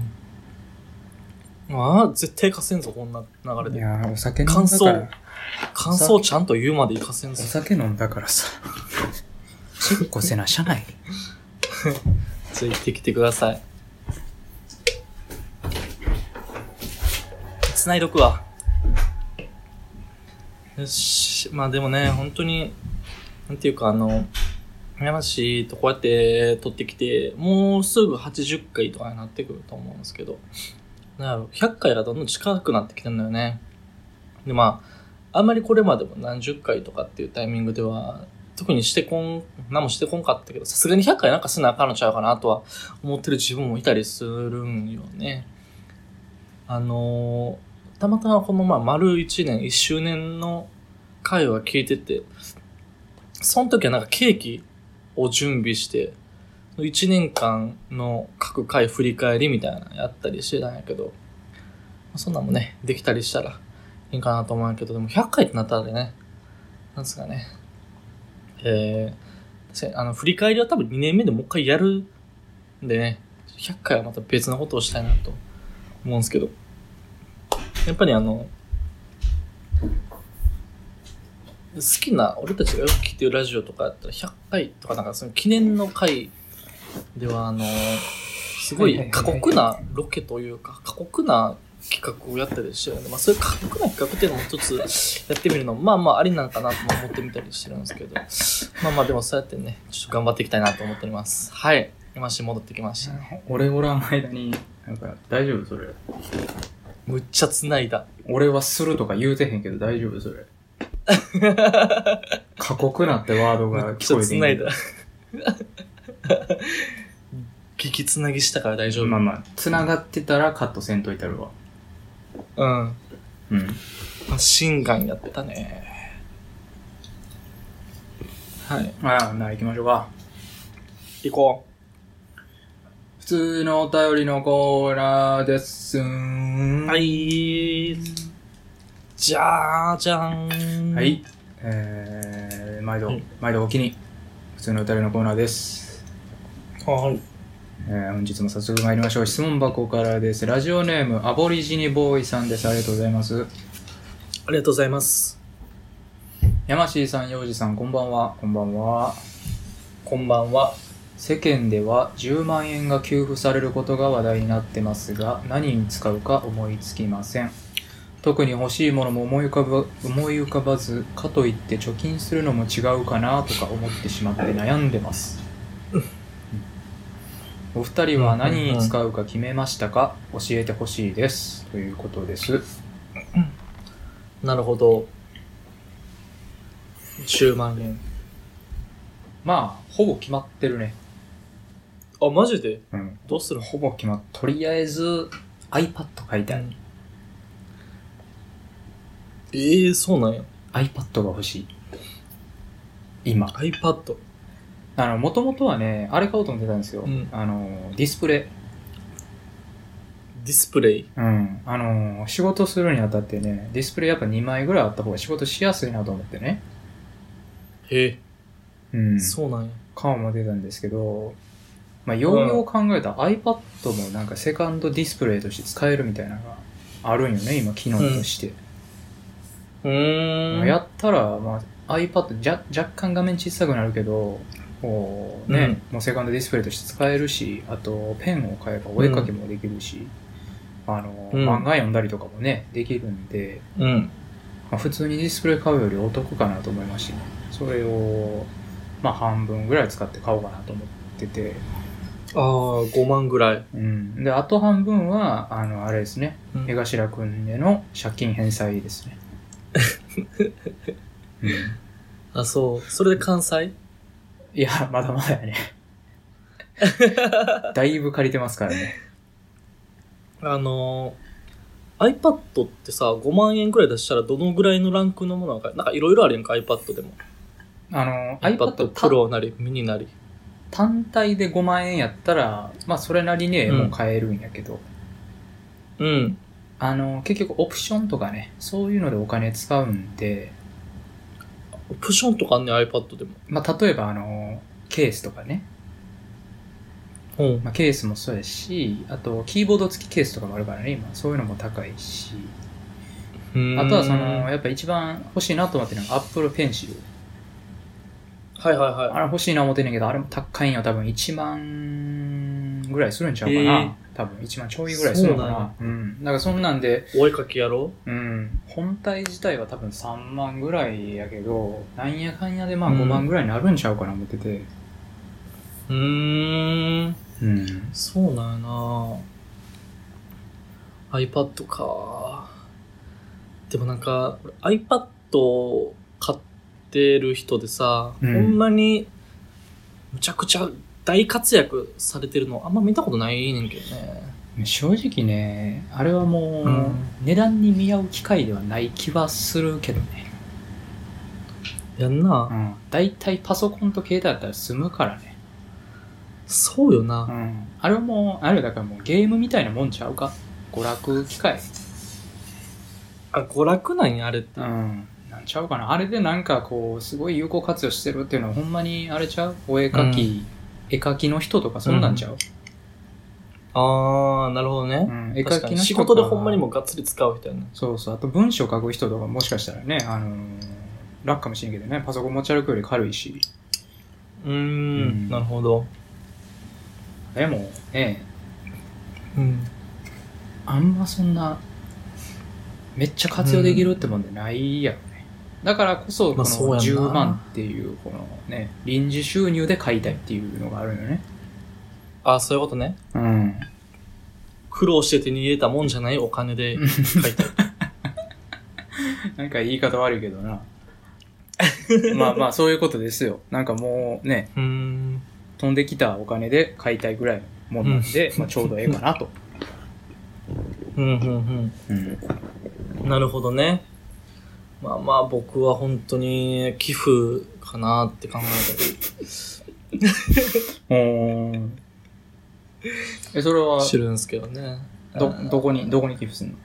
[SPEAKER 2] ああ、絶対かせんぞ、こんな流れ
[SPEAKER 1] い
[SPEAKER 2] で。
[SPEAKER 1] やーお酒飲んだから
[SPEAKER 2] 乾。感想ちゃんと言うまでいかせん
[SPEAKER 1] お
[SPEAKER 2] ぞ。
[SPEAKER 1] 酒飲んだからさ。チェッコせな、社内。
[SPEAKER 2] ついてきてください。繋いどくわ。よし。まあでもね、本当に、なんていうかあの、山市とこうやって撮ってきて、もうすぐ80回とかになってくると思うんですけど、なんやろ、100回がどんどん近くなってきてるんだよね。で、まあ、あんまりこれまでも何十回とかっていうタイミングでは特にしてこん、何もしてこんかったけど、さすがに100回なんかすなあかんのちゃうかなとは思ってる自分もいたりするんよね。あのーたまたまこのまあ丸1年、1周年の回は聞いてて、その時はなんかケーキを準備して、1年間の各回振り返りみたいなのやったりしてたんやけど、そんなんもね、できたりしたらいいかなと思うんやけど、でも100回ってなったらね、なんですかね、えー確かにあの、振り返りは多分2年目でもう一回やるんでね、100回はまた別のことをしたいなと思うんですけど、やっぱりあの、好きな、俺たちがよく聞いてるラジオとかやったら100回とかなんかその記念の回ではあの、すごい過酷なロケというか、過酷な企画をやったりしてるので、まあそういう過酷な企画っていうのも一つやってみるのもまあまあありなのかなとも思ってみたりしてるんですけど、まあまあでもそうやってね、ちょっと頑張っていきたいなと思っております。はい。今し戻ってきました。
[SPEAKER 1] 俺おらん間に、なんか、大丈夫それ。
[SPEAKER 2] むっちゃ繋いだ。
[SPEAKER 1] 俺はするとか言うてへんけど大丈夫そ れ。過酷なってワード
[SPEAKER 2] む
[SPEAKER 1] が
[SPEAKER 2] っち
[SPEAKER 1] 聞
[SPEAKER 2] ゃ
[SPEAKER 1] こえてん
[SPEAKER 2] 繋いだ。聞き繋ぎしたから大丈夫。
[SPEAKER 1] まあまあ、繋がってたらカットせんといたるわ。
[SPEAKER 2] うん。
[SPEAKER 1] うん。
[SPEAKER 2] マシンガンやったね。はい。
[SPEAKER 1] ああ、なあ行きましょうか。
[SPEAKER 2] 行こ
[SPEAKER 1] 普通のお便りのコーナーですん
[SPEAKER 2] う。は。い。じゃーじゃーん。
[SPEAKER 1] はい。。えー、毎度、
[SPEAKER 2] はい
[SPEAKER 1] 毎度お気に。普通のお便りのコーナーです。
[SPEAKER 2] はい。
[SPEAKER 1] えー、本日も早速参りましょう。質問箱からです。ラジオネーム、アボリジニボーイさんです。ありがとうございます。
[SPEAKER 2] ありがとうございます。
[SPEAKER 1] 山ーさん、洋二さん、こんばんは。こんばんは。
[SPEAKER 2] こんばんは。
[SPEAKER 1] 世間では10万円が給付されることが話題になってますが何に使うか思いつきません特に欲しいものも思い浮かば思い浮かばずかといって貯金するのも違うかなとか思ってしまって悩んでますお二人は何に使うか決めましたか教えてほしいですということです
[SPEAKER 2] なるほど。10万円。
[SPEAKER 1] まあほぼ決まってるね、
[SPEAKER 2] あ、マジで
[SPEAKER 1] うん、
[SPEAKER 2] どうする
[SPEAKER 1] ほぼ決まっとりあえず iPad 買いたい、
[SPEAKER 2] ええー、そうなんや。
[SPEAKER 1] iPad が欲しい今
[SPEAKER 2] iPad。
[SPEAKER 1] あの、もともとはね、あれ買おうと思ってたんですよ。
[SPEAKER 2] うん
[SPEAKER 1] あの、ディスプレ
[SPEAKER 2] ディスプレイ。
[SPEAKER 1] イ。うん。あの、仕事するにあたってね、ディスプレイやっぱ2枚ぐらいあった方が仕事しやすいなと思ってね。
[SPEAKER 2] へえ、
[SPEAKER 1] うん。
[SPEAKER 2] そうなんや。
[SPEAKER 1] 顔も出たんですけど、まあ、ようよう考えたら iPad もなんかセカンドディスプレイとして使えるみたいなのがあるんよね、今、機能として。
[SPEAKER 2] うー
[SPEAKER 1] ま
[SPEAKER 2] ん。
[SPEAKER 1] あやったら、まあ、iPad じゃ若干画面小さくなるけど、こうね、もうセカンドディスプレイとして使えるし、あとペンを買えばお絵かきもできるし、あの、
[SPEAKER 2] うん
[SPEAKER 1] 漫画読んだりとかもね、できるんで、
[SPEAKER 2] うん。
[SPEAKER 1] まあ、普通にディスプレイ買うよりお得かなと思いましてね、それを、まあ半分ぐらい使って買おうかなと思ってて、
[SPEAKER 2] ああ、5万ぐらい。
[SPEAKER 1] うん。で、あと半分は、あの、あれですね、
[SPEAKER 2] うん
[SPEAKER 1] 江頭くんへの借金返済です ね。うん
[SPEAKER 2] あ、そう。それで関西
[SPEAKER 1] いや、まだまだやね。だいぶ借りてますからね。
[SPEAKER 2] あのー iPad ってさ、5万円ぐらい出したらどのぐらいのランクのものなのか、なんかいろいろあるやんか、iPad でも。
[SPEAKER 1] あの、
[SPEAKER 2] iPad
[SPEAKER 1] iPad
[SPEAKER 2] プ
[SPEAKER 1] プロ
[SPEAKER 2] ロなり、ミニなり。
[SPEAKER 1] 単体で5万円やったら、まあそれなりにもう買えるんやけど、
[SPEAKER 2] うん。
[SPEAKER 1] あの、結局オプションとかね、そういうのでお金使うんで、
[SPEAKER 2] オプションとかあんねん iPad でも。
[SPEAKER 1] まあ例えばあの、ケースとかね、
[SPEAKER 2] うん。
[SPEAKER 1] まあ、ケースもそうやし、あとキーボード付きケースとかもあるからね、今そういうのも高いし、あとはその、
[SPEAKER 2] はい
[SPEAKER 1] やっぱ一番欲しいなと思ってるのが Apple Pencil。
[SPEAKER 2] はいはい。
[SPEAKER 1] あれ欲しいな思ってんねんけど、あれも高いんよ、多分1万ぐらいするんちゃうかな。
[SPEAKER 2] へえ
[SPEAKER 1] 多分1万ちょいぐらいするのか
[SPEAKER 2] そう
[SPEAKER 1] な。うん。だからそんなんで、
[SPEAKER 2] お絵かきやろ
[SPEAKER 1] うん。本体自体は多分3万ぐらいやけど、なんやかんやでまあ
[SPEAKER 2] うん
[SPEAKER 1] 5万ぐらいになるんちゃうかな思ってて。
[SPEAKER 2] うーん。
[SPEAKER 1] うん。
[SPEAKER 2] そうなんやな iPad かでもなんか、俺 iPad を買ってる人でさ、
[SPEAKER 1] うん
[SPEAKER 2] ほんまに、むちゃくちゃ大活躍されてるのあんま見たことないねんけどね。
[SPEAKER 1] 正直ね、あれはもう、
[SPEAKER 2] うん
[SPEAKER 1] 値段に見合う機会ではない気はするけどね。
[SPEAKER 2] やんな、
[SPEAKER 1] うん。大体パソコンと携帯だったら済むからね。
[SPEAKER 2] そうよ
[SPEAKER 1] う
[SPEAKER 2] な。
[SPEAKER 1] ん。あれはもう、あれだからもうゲームみたいなもんちゃうか。娯楽機会。
[SPEAKER 2] あ、娯楽なんや、あれって。
[SPEAKER 1] うん、なんちゃうかなあれでなんかこうすごい有効活用してるっていうのはほんまにあれちゃうお絵描き、絵描きの人とかそんなんちゃう、
[SPEAKER 2] あー、なるほど
[SPEAKER 1] う
[SPEAKER 2] ね。
[SPEAKER 1] ん絵
[SPEAKER 2] 確
[SPEAKER 1] 描
[SPEAKER 2] か
[SPEAKER 1] きの人
[SPEAKER 2] に
[SPEAKER 1] か
[SPEAKER 2] 仕事でほんまにもうがっつり使う人やな。
[SPEAKER 1] そうそうあと文章書く人とかもしかしたらね、あのー楽かもしれんけどねパソコン持ち歩くより軽いし
[SPEAKER 2] うーん、
[SPEAKER 1] うん
[SPEAKER 2] なるほど。
[SPEAKER 1] でもね
[SPEAKER 2] うん。
[SPEAKER 1] あんまそんなめっちゃ活用できるってもんでないやろね、だからこそこ
[SPEAKER 2] ま
[SPEAKER 1] の
[SPEAKER 2] あそうやんな
[SPEAKER 1] 10万っていうこのね臨時収入で買いたいっていうのがあるよね
[SPEAKER 2] あ、そういうことね。
[SPEAKER 1] うん
[SPEAKER 2] 苦労して手に入れたもんじゃないお金で買 いたい。
[SPEAKER 1] なんか言い方悪いけどな。 まあまあ、そういうことですよ。なんかもうね、
[SPEAKER 2] うーん。
[SPEAKER 1] 飛んできたお金で買いたいぐらいのもんなんで、まあちょうどええかなと。
[SPEAKER 2] うん、うん、
[SPEAKER 1] うん。
[SPEAKER 2] うん。なるほどね。まあまあ僕は本当に寄付かなって考えたり。
[SPEAKER 1] うん。え、それは、
[SPEAKER 2] してるんですけどね。
[SPEAKER 1] ど
[SPEAKER 2] うん、
[SPEAKER 1] どこに、どこに寄付すんの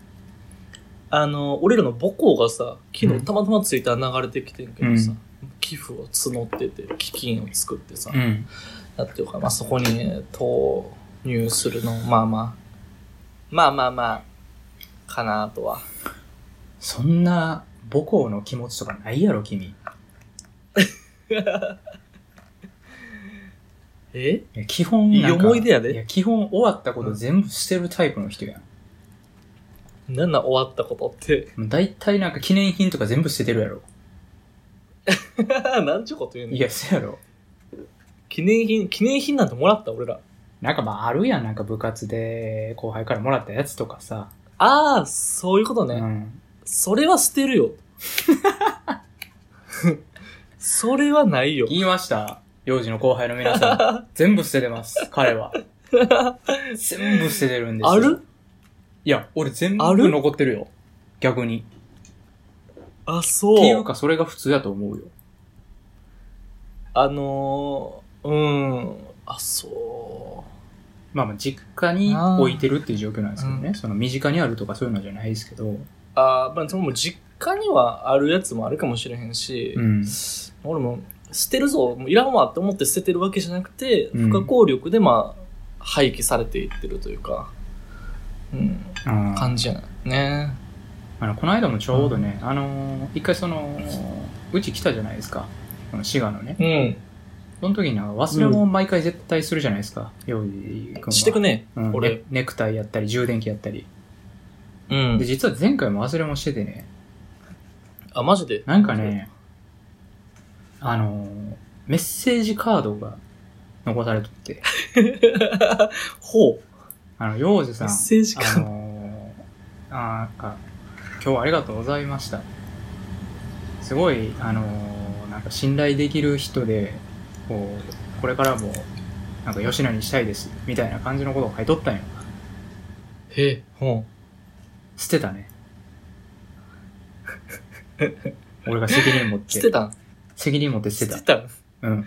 [SPEAKER 2] あの、俺らの母校がさ、昨
[SPEAKER 1] う
[SPEAKER 2] 日
[SPEAKER 1] ん
[SPEAKER 2] たまたまツイッター流れてきてんけどさ、
[SPEAKER 1] うん
[SPEAKER 2] 寄付を募ってて、基金を作ってさ、
[SPEAKER 1] ん。
[SPEAKER 2] やってるから、まあそこにね投入するの、まあまあ、まあまあまあ、かなとは。
[SPEAKER 1] そんな母校の気持ちとかないやろ、君。
[SPEAKER 2] え
[SPEAKER 1] いや基本なんか
[SPEAKER 2] いい思い出やで
[SPEAKER 1] いや、基本終わったこと全部してるタイプの人やん。
[SPEAKER 2] なんなん終わったことって。
[SPEAKER 1] もう大体なんか記念品とか全部捨ててるやろ。
[SPEAKER 2] なんちゅうこと言うの
[SPEAKER 1] いや、そうやろ。
[SPEAKER 2] 記念品、記念品なんてもらった俺ら。
[SPEAKER 1] なんかまああるやん、なんか部活で後輩からもらったやつとかさ。
[SPEAKER 2] ああ、そういうことね。
[SPEAKER 1] うん。
[SPEAKER 2] それは捨て るよ。それはないよ。
[SPEAKER 1] 言いました。幼児の後輩の皆 さん。全部捨ててます、彼は。全部捨ててるんですよ。
[SPEAKER 2] ある
[SPEAKER 1] いや、俺全
[SPEAKER 2] あ
[SPEAKER 1] 部
[SPEAKER 2] る
[SPEAKER 1] 残ってるよ。逆に。
[SPEAKER 2] あ、
[SPEAKER 1] ってい
[SPEAKER 2] そうう。
[SPEAKER 1] か、それが普通だと思うよ。
[SPEAKER 2] あのー、うん。あ、そ
[SPEAKER 1] まあまあ、実家に
[SPEAKER 2] あー
[SPEAKER 1] 置いてるっていう状況なんですけどね。
[SPEAKER 2] う
[SPEAKER 1] その身近にあるとかそういうのじゃないですけど。
[SPEAKER 2] う。あまあ、でも実家にはあるやつもあるかもしれへんし、
[SPEAKER 1] うん。
[SPEAKER 2] 俺も捨てるぞ、もういらんわって思って捨ててるわけじゃなくて、
[SPEAKER 1] うん
[SPEAKER 2] 不可抗力でまあ、廃棄されていってるというか、うん、
[SPEAKER 1] あー
[SPEAKER 2] 感じやな。ね
[SPEAKER 1] あのこの間もちょうどね、あのー一回その、うち来たじゃないですか。その滋賀のね。
[SPEAKER 2] うん。
[SPEAKER 1] その時になんか忘れ物を毎回絶対するじゃないですか。用意君は
[SPEAKER 2] してくね、
[SPEAKER 1] うん、
[SPEAKER 2] 俺
[SPEAKER 1] ネネクタイやったり、充電器やったり。
[SPEAKER 2] う
[SPEAKER 1] で、
[SPEAKER 2] ん。
[SPEAKER 1] 実は前回も忘れ物しててね、
[SPEAKER 2] あ、マジで
[SPEAKER 1] なんか、ね、あのーメッセージカードが残されとって、
[SPEAKER 2] ほう。
[SPEAKER 1] あの、幼児さ
[SPEAKER 2] メ
[SPEAKER 1] ん
[SPEAKER 2] ッ、セージ
[SPEAKER 1] あ
[SPEAKER 2] 感。
[SPEAKER 1] のーあーなんか、今日はありがとうございました。すごい、あのーなんか信頼できる人で、こう、これからも、なんか吉野にしたいです、みたいな感じのことを書いとったんよ。
[SPEAKER 2] へえ、ほ
[SPEAKER 1] 捨てたね。俺が責任持っ
[SPEAKER 2] う。捨て
[SPEAKER 1] て、
[SPEAKER 2] たん
[SPEAKER 1] 責任持って捨
[SPEAKER 2] 捨
[SPEAKER 1] てた
[SPEAKER 2] て。たん
[SPEAKER 1] うん。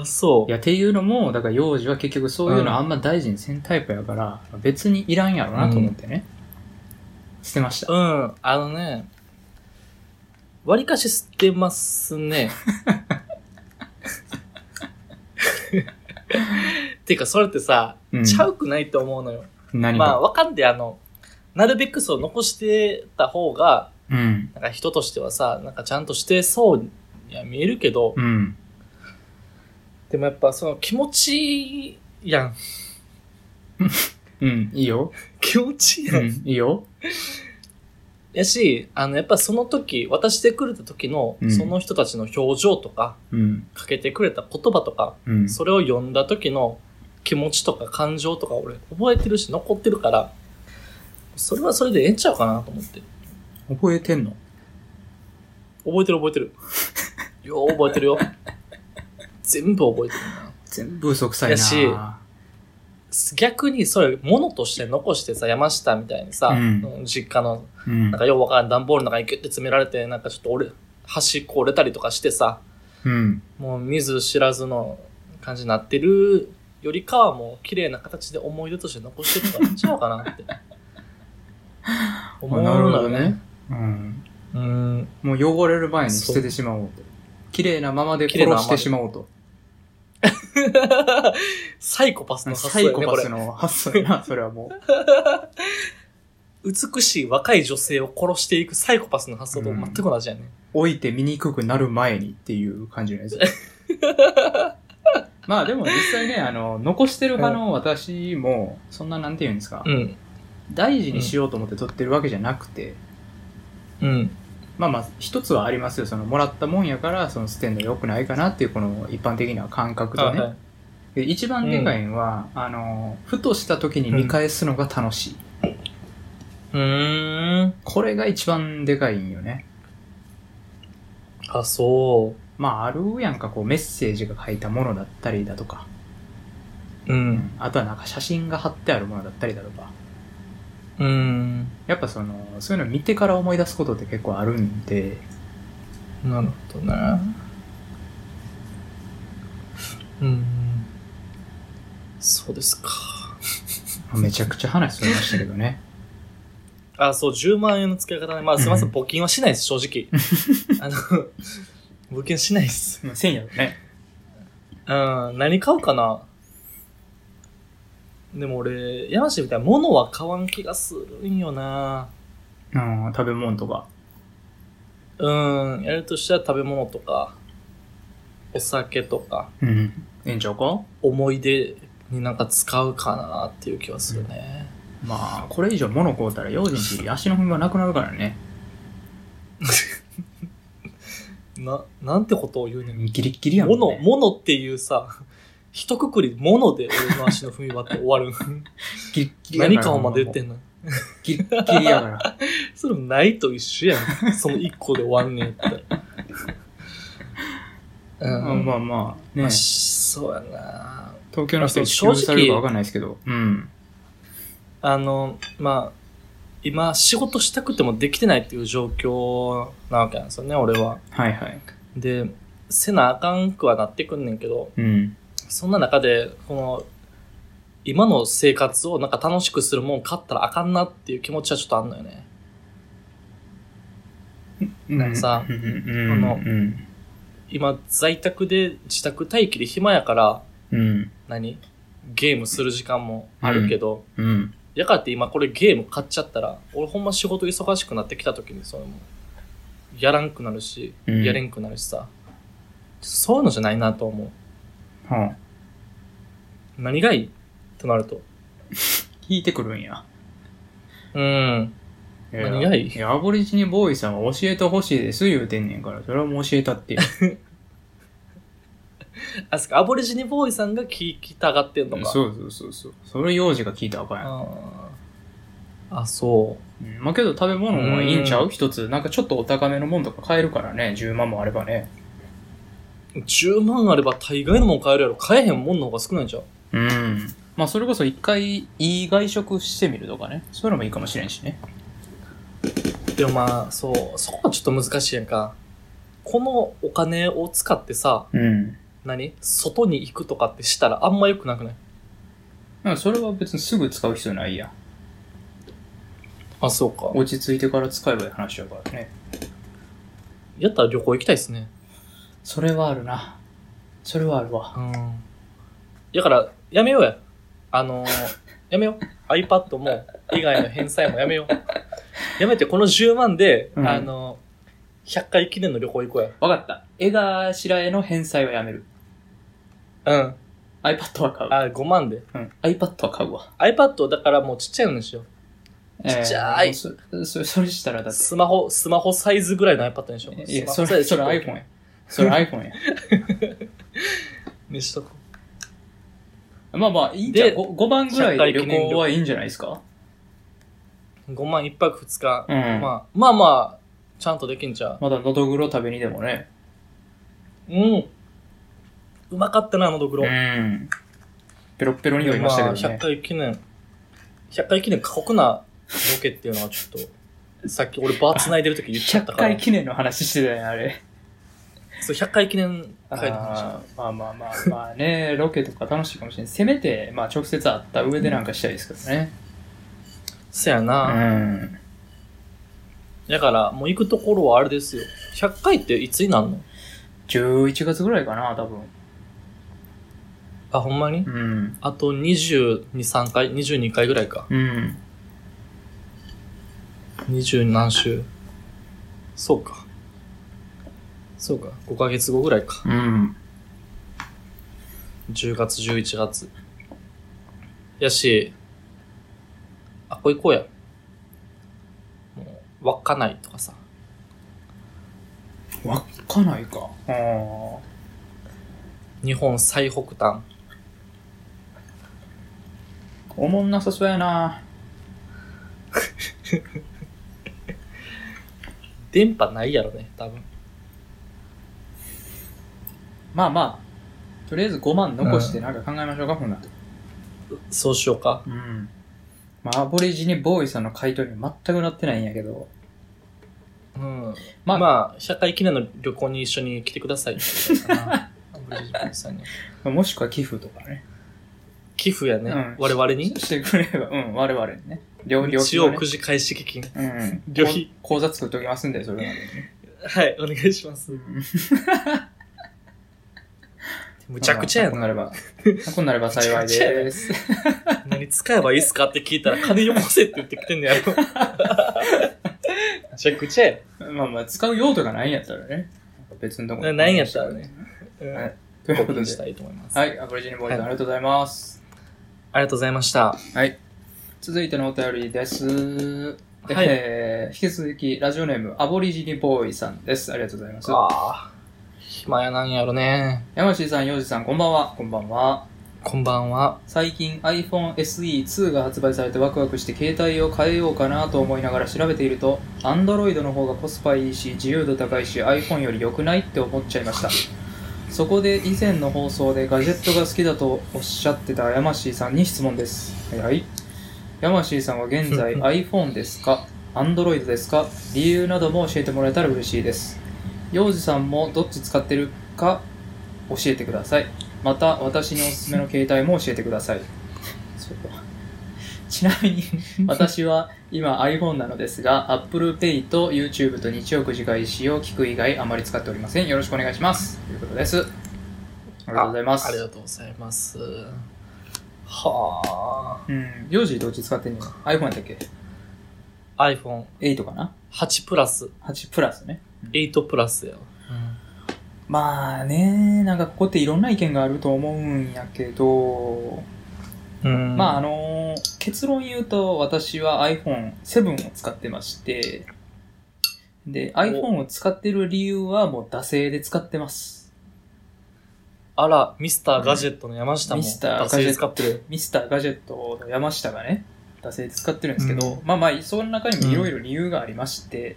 [SPEAKER 2] あ、そ。
[SPEAKER 1] いうや、っていうのも、だから幼児は結局そういうのあんま大事にせんタイプやから、別にいらんやろなと思ってね。捨てました。
[SPEAKER 2] うん、あのね、わりかし捨てます ね。てか、それってさ、
[SPEAKER 1] うん
[SPEAKER 2] ちゃうくないと思うのよ。
[SPEAKER 1] 何
[SPEAKER 2] まあ、
[SPEAKER 1] が、
[SPEAKER 2] わかんで、あの、なるべくそう残してた方が、
[SPEAKER 1] うん。
[SPEAKER 2] なんか人としてはさ、なんかちゃんとしてそうには見えるけど、
[SPEAKER 1] うん。
[SPEAKER 2] でもやっぱその気持ちやん。
[SPEAKER 1] うん。いいよ。
[SPEAKER 2] 気持ちや。
[SPEAKER 1] うんん。いいよ。
[SPEAKER 2] やし、あの、やっぱその時、渡してくれた時の、
[SPEAKER 1] うん
[SPEAKER 2] その人たちの表情とか、
[SPEAKER 1] うん。
[SPEAKER 2] かけてくれた言葉とか、
[SPEAKER 1] うん。
[SPEAKER 2] それを読んだ時の気持ちとか感情とか俺覚えてるし残ってるから、それはそれでええんちゃうかなと思って。
[SPEAKER 1] 覚えてんの
[SPEAKER 2] 覚えてる覚え てる。よう覚えてるよ。全部覚えてるな。
[SPEAKER 1] 全部嘘くさい
[SPEAKER 2] やし
[SPEAKER 1] な
[SPEAKER 2] 逆にそれ物として残してさ、山下みたいにさ、
[SPEAKER 1] うん
[SPEAKER 2] うん実家の
[SPEAKER 1] うん
[SPEAKER 2] なん。かようわからん段ボールの中にギュッて詰められて、なんかちょっと折れ、端こう折れたりとかしてさ、
[SPEAKER 1] うん。
[SPEAKER 2] もう見ず知らずの感じになってるよりかはもう綺麗な形で思い出として残してるからいいんちゃうかなって思 う
[SPEAKER 1] あなるほ
[SPEAKER 2] の
[SPEAKER 1] ど
[SPEAKER 2] よ
[SPEAKER 1] ね。うん。
[SPEAKER 2] うん
[SPEAKER 1] もう汚れる前に捨ててしまおうと。綺麗なままで殺してしまおうと。
[SPEAKER 2] サイコパスの発
[SPEAKER 1] サ
[SPEAKER 2] 想
[SPEAKER 1] イ
[SPEAKER 2] よ
[SPEAKER 1] コ
[SPEAKER 2] ねこ
[SPEAKER 1] パ
[SPEAKER 2] れ
[SPEAKER 1] スの発想やな、それはもう。
[SPEAKER 2] 美しい若い女性を殺していくサイコパスの発想と全く同じやね、
[SPEAKER 1] 置いて醜くなる前にっていう感じのや つ。まあでも実際ね、あの、残してる派の私も、そんななんて言うんですか
[SPEAKER 2] う、ん
[SPEAKER 1] 大事にしようと思って取ってるわけじゃなくて、
[SPEAKER 2] うん
[SPEAKER 1] まあまあ、一つはありますよ。その、もらったもんやから、その捨てんの良くないかなっていう、この一般的な感覚と
[SPEAKER 2] はい
[SPEAKER 1] ね。
[SPEAKER 2] はい
[SPEAKER 1] で一番でかいのは、あの、ふとした時に見返すのが楽しい。
[SPEAKER 2] うーん
[SPEAKER 1] これが一番でかいんよね。
[SPEAKER 2] あそ
[SPEAKER 1] まあ、あるやんか、こう、メッセージが書いたものだったりだとか。
[SPEAKER 2] ううん
[SPEAKER 1] あとはなんか写真が貼ってあるものだったりだとか、
[SPEAKER 2] うん
[SPEAKER 1] やっぱその、そういうの見てから思い出すことって結構あるんで、
[SPEAKER 2] なるほどねうん。そうですか。
[SPEAKER 1] めちゃくちゃ話それましたけど ね。
[SPEAKER 2] あ、そう、10万円の使い方ね。まあ、すいません、募金はしないです、正直。 あの、募金はしないです。
[SPEAKER 1] まあ、1000円やろね。
[SPEAKER 2] うん、何買うかな。でも俺、山下みたいな物は買わん気がするんよな。
[SPEAKER 1] うん、食べ物とか。
[SPEAKER 2] うん、やるとしたら食べ物とか、お酒とか、
[SPEAKER 1] うん。ええんちゃうか
[SPEAKER 2] 思い出になんか使うかなっていう気はするね。
[SPEAKER 1] まあ、これ以上物買うたら用心し、足の踏み場なくなるからね。
[SPEAKER 2] な、なんてことを言うねん。
[SPEAKER 1] ギリッギリやもん
[SPEAKER 2] 物、
[SPEAKER 1] ね。
[SPEAKER 2] 物っていうさ、 一括り物で俺の足の踏み場って終 わる。
[SPEAKER 1] ギリッギリやから
[SPEAKER 2] 何かをまで言ってんの。
[SPEAKER 1] ギリッギリや から。
[SPEAKER 2] それもないと一緒やん。その一個で終わんね んって。う
[SPEAKER 1] まあ
[SPEAKER 2] ん、
[SPEAKER 1] ま
[SPEAKER 2] ま
[SPEAKER 1] あまあ、ね
[SPEAKER 2] あ、。そうやな。
[SPEAKER 1] 東京の人
[SPEAKER 2] まあ
[SPEAKER 1] に
[SPEAKER 2] そう
[SPEAKER 1] されるかわかんないですけど。うん。
[SPEAKER 2] あの、まあ、今、仕事したくてもできてないっていう状況なわけなんですよね、俺は。
[SPEAKER 1] はいはい。
[SPEAKER 2] で、せなあかんくはなってくんねんけど、
[SPEAKER 1] うん。
[SPEAKER 2] そんな中で、この、今の生活をなんか楽しくするもん買ったらあかんなっていう気持ちはちょっとあんのよね。
[SPEAKER 1] なん
[SPEAKER 2] かさ
[SPEAKER 1] うんうん
[SPEAKER 2] あの
[SPEAKER 1] うん。
[SPEAKER 2] 今、在宅で自宅待機で暇やから、
[SPEAKER 1] うん。
[SPEAKER 2] 何ゲームする時間もあるけど、
[SPEAKER 1] うん。
[SPEAKER 2] やからって今これゲーム買っちゃったら、俺ほんま仕事忙しくなってきた時にそれも、やらんくなるし、
[SPEAKER 1] うん
[SPEAKER 2] やれんくなるしさ、そういうのじゃないなと思
[SPEAKER 1] はあ。
[SPEAKER 2] う。何がいいとなると。
[SPEAKER 1] 引いてくるんや。
[SPEAKER 2] うん。
[SPEAKER 1] いや
[SPEAKER 2] 何がいい
[SPEAKER 1] いや、アボリジニボーイさんは教えてほしいです言うてんねんから、それはもう教えたって。
[SPEAKER 2] あ、そっか、アボリジニボーイさんが聞きたがってんのか。
[SPEAKER 1] そうそうそうそう。それ幼児が聞いたらあかんやん。
[SPEAKER 2] あーあ、そう。
[SPEAKER 1] うんまあけど食べ物もいいんちゃう一つ。なんかちょっとお高めのもんとか買えるからね。10万もあればね。
[SPEAKER 2] 10万あれば大概のもん買えるやろ。買えへんもんの方が少ないんちゃう
[SPEAKER 1] うん。まあそれこそ一回いい外食してみるとかね。そういうのもいいかもしれんしね。
[SPEAKER 2] でもまあ、そう、そこはちょっと難しいやんか。このお金を使ってさ、
[SPEAKER 1] うん。
[SPEAKER 2] 何外に行くとかってしたらあんま良くなくない
[SPEAKER 1] まあそれは別にすぐ使う必要ないやん。
[SPEAKER 2] あ、そうか。
[SPEAKER 1] 落ち着いてから使えばいい話やからね。
[SPEAKER 2] やったら旅行行きたいっすね。
[SPEAKER 1] それはあるな。それはあるわ。
[SPEAKER 2] うん。やから、やめようや。あの ー、やめよう。iPad も、以外の返済もやめよう。やめて、この10万で、
[SPEAKER 1] うん
[SPEAKER 2] あのー、100回記念の旅行行こう
[SPEAKER 1] わかった。絵頭への返済はやめる。
[SPEAKER 2] や。うん。
[SPEAKER 1] iPad は買う。
[SPEAKER 2] あ、5万で。
[SPEAKER 1] うん。iPad は買うわ。
[SPEAKER 2] iPad をだからもうちっちゃいのにしよう。
[SPEAKER 1] ち
[SPEAKER 2] っちゃい
[SPEAKER 1] そそそれしたらだって。
[SPEAKER 2] スマホ、スマホサイズぐらいの iPad にしよう。
[SPEAKER 1] いや、
[SPEAKER 2] ス
[SPEAKER 1] そ
[SPEAKER 2] マホサイ
[SPEAKER 1] れ、
[SPEAKER 2] ズ
[SPEAKER 1] それ iPhone や。そ れ iPhone や。
[SPEAKER 2] にしとこ
[SPEAKER 1] まあまあ、いいんじゃ
[SPEAKER 2] で
[SPEAKER 1] 5, 番ぐらいで旅行はいいんじゃないですか
[SPEAKER 2] う。5万1泊2日。
[SPEAKER 1] うん
[SPEAKER 2] まあ、まあまあ、ちゃんとできんちゃう。
[SPEAKER 1] まだのどぐろ食べにでもね。
[SPEAKER 2] うん。うまかったな、のどぐろ。
[SPEAKER 1] ん。ペロッペロに酔いましたけど
[SPEAKER 2] まあ、
[SPEAKER 1] ね
[SPEAKER 2] 100。回記念、100回記念過酷なロケっていうのはちょっ と、さっき俺バー繋いでる時言っちゃった
[SPEAKER 1] 100
[SPEAKER 2] から
[SPEAKER 1] 回、記念の話してたよね、あ れ。
[SPEAKER 2] そう100回記念会の話。
[SPEAKER 1] あーまあまあまあまあね、ロケとか楽しいかもしれない。せめて、まあ直接会った上でなんかしたいですけどね。
[SPEAKER 2] そや
[SPEAKER 1] う
[SPEAKER 2] な。
[SPEAKER 1] ん。
[SPEAKER 2] だから、もう行くところはあれですよ。100回っていつになるの
[SPEAKER 1] 11月ぐらいかな、多分。
[SPEAKER 2] あ、ほんまに、
[SPEAKER 1] うん。
[SPEAKER 2] あと22、3回 ?22 回ぐらいか。
[SPEAKER 1] うん。
[SPEAKER 2] 20何週そうか。そうか。5ヶ月後ぐらいか。
[SPEAKER 1] うん。
[SPEAKER 2] 10月、11月。やし、あ、これ行こうや。もう、わかないとかさ。
[SPEAKER 1] 稚内か。ああ。
[SPEAKER 2] 日本最北端。
[SPEAKER 1] おもんなさそうやな。
[SPEAKER 2] 電波ないやろね、多分。
[SPEAKER 1] まあまあ、とりあえず5万残してなんか考えましょうか、ほんなら
[SPEAKER 2] そうしようか。
[SPEAKER 1] うん。まあ、アボリジニボーイさんの回答に全くなってないんやけど。
[SPEAKER 2] うん。
[SPEAKER 1] ま
[SPEAKER 2] ま
[SPEAKER 1] あ
[SPEAKER 2] あ、社会記念の旅行に一緒に来てください。うんブリジットさんに。
[SPEAKER 1] まあもしくは寄付とかね。
[SPEAKER 2] 寄付やね、
[SPEAKER 1] うん
[SPEAKER 2] 我々に。
[SPEAKER 1] してくれれば、うん、我々にね。料料
[SPEAKER 2] 一
[SPEAKER 1] 金を
[SPEAKER 2] 応
[SPEAKER 1] ね
[SPEAKER 2] くじ返し基金。
[SPEAKER 1] うん。
[SPEAKER 2] 旅費
[SPEAKER 1] こう口座作っときますんで、それまで
[SPEAKER 2] はい、お願いします。 むちゃくちゃや
[SPEAKER 1] こうな
[SPEAKER 2] な。
[SPEAKER 1] れば、こうなれ ば幸いです。
[SPEAKER 2] 何使えばいいっすかって聞いたら金よこせって言ってきてんねや ろ。むちゃくちゃや。
[SPEAKER 1] まあまあ、使う用途がないんやったらね。別のとこ
[SPEAKER 2] なないんやった らね。うん
[SPEAKER 1] はいというこ
[SPEAKER 2] ご
[SPEAKER 1] と
[SPEAKER 2] 意見し
[SPEAKER 1] で、
[SPEAKER 2] たいと思います。
[SPEAKER 1] はい、アボリジニボーイさん、ありがとうございます。
[SPEAKER 2] ありがとうございました。
[SPEAKER 1] はい。続いてのお便りです。
[SPEAKER 2] はい
[SPEAKER 1] えー引き続き、ラジオネーム、アボリジニボーイさんです。ありがとうございます。
[SPEAKER 2] ああ。暇やなんやろね。
[SPEAKER 1] 山地さん、洋二さん、こんばんは。こんばんは。
[SPEAKER 2] こんばんは。
[SPEAKER 1] 最近 iPhone SE2 が発売されてワクワクして携帯を変えようかなと思いながら調べていると Android の方がコスパいいし自由度高いし iPhone より良くないって思っちゃいましたそこで以前の放送でガジェットが好きだとおっしゃってたヤマシーさんに質問ですはいはいヤマシーさんは現在 iPhone ですか Android ですか理由なども教えてもらえたら嬉しいです洋二さんもどっち使ってるか教えてくださいまた私におすすめの携帯も教えてくださいそう ちな みに私は今 iPhone なのですが ApplePay と YouTube と日曜く時返しを聞く以外あまり使っておりませんよろしくお願いしますということですありがとうございます
[SPEAKER 2] ありがとうございます。は
[SPEAKER 1] うん幼児どっち使ってんの iPhone やったっけ
[SPEAKER 2] あ。iPhone
[SPEAKER 1] 8かな
[SPEAKER 2] 8プラス、
[SPEAKER 1] 8プラスね
[SPEAKER 2] 8プラスやわ。
[SPEAKER 1] まあねなんかここっていろんな意見があると思うんやけど
[SPEAKER 2] うん。
[SPEAKER 1] まああのー結論言うと私は iPhone7 を使ってまして、で、iPhone を使ってる理由はもう惰性で使ってます。
[SPEAKER 2] あら、ミスターガジェットの山下も、
[SPEAKER 1] ミスター
[SPEAKER 2] ガジェット使ってる。
[SPEAKER 1] ミスターガジェットの山下がね、惰性で使ってるんですけど、
[SPEAKER 2] う
[SPEAKER 1] まあまあ、その中にもいろいろ理由がありまして、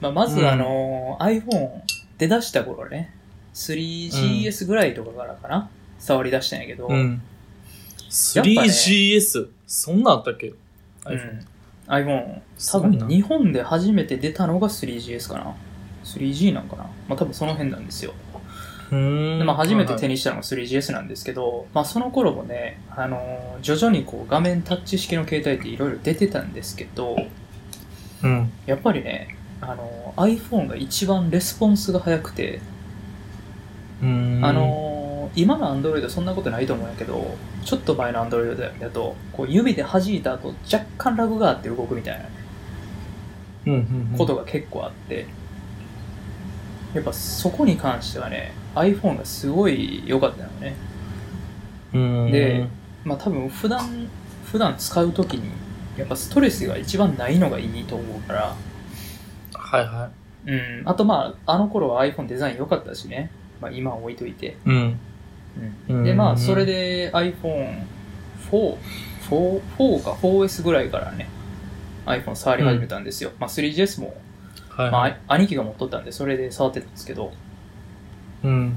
[SPEAKER 1] まあま
[SPEAKER 2] うん
[SPEAKER 1] ずあのー iPhone 出だした頃ね、3GS ぐらいとかからかな、触り出したんやけど、
[SPEAKER 2] うん。
[SPEAKER 1] やっぱね
[SPEAKER 2] 3GS、そんなんあったっけ
[SPEAKER 1] うん
[SPEAKER 2] iPhone、
[SPEAKER 1] iPhone
[SPEAKER 2] す
[SPEAKER 1] 多
[SPEAKER 2] ごいな
[SPEAKER 1] 分日本で初めて出たのが 3GS かな 3G なんかなまあ多分その辺なんですよ
[SPEAKER 2] うー
[SPEAKER 1] で、
[SPEAKER 2] ん。
[SPEAKER 1] まあ、初めて
[SPEAKER 2] はい
[SPEAKER 1] 手にしたのが 3GS なんですけど、まあ、その頃もね、あのー徐々にこう画面タッチ式の携帯っていろいろ出てたんですけど
[SPEAKER 2] うん。
[SPEAKER 1] やっぱりね、あのー iPhone が一番レスポンスが早くて、
[SPEAKER 2] うーん
[SPEAKER 1] あ、のー今の Android そんなことないと思うんやけどちょっと前の Android だとこう指で弾いた後若干ラグがあって動くみたいな
[SPEAKER 2] うんうんうん、
[SPEAKER 1] ことが結構あって、やっぱそこに関してはね iPhone がすごい良かったよね
[SPEAKER 2] うん。
[SPEAKER 1] で、まあ多分普段普段使う時にやっぱストレスが一番ないのがいいと思うから
[SPEAKER 2] はいは
[SPEAKER 1] うんあとまああの頃は iPhone デザイン良かったしね、まあ、今は置いといて、
[SPEAKER 2] い。うん。うん
[SPEAKER 1] でまあそれで iPhone44 か 4S ぐらいからね iPhone 触り始めたんですよ、まあ 3GS も、
[SPEAKER 2] はい、
[SPEAKER 1] ま
[SPEAKER 2] はい。
[SPEAKER 1] あ、兄貴が持っとったんでそれで触ってたんですけど
[SPEAKER 2] うん。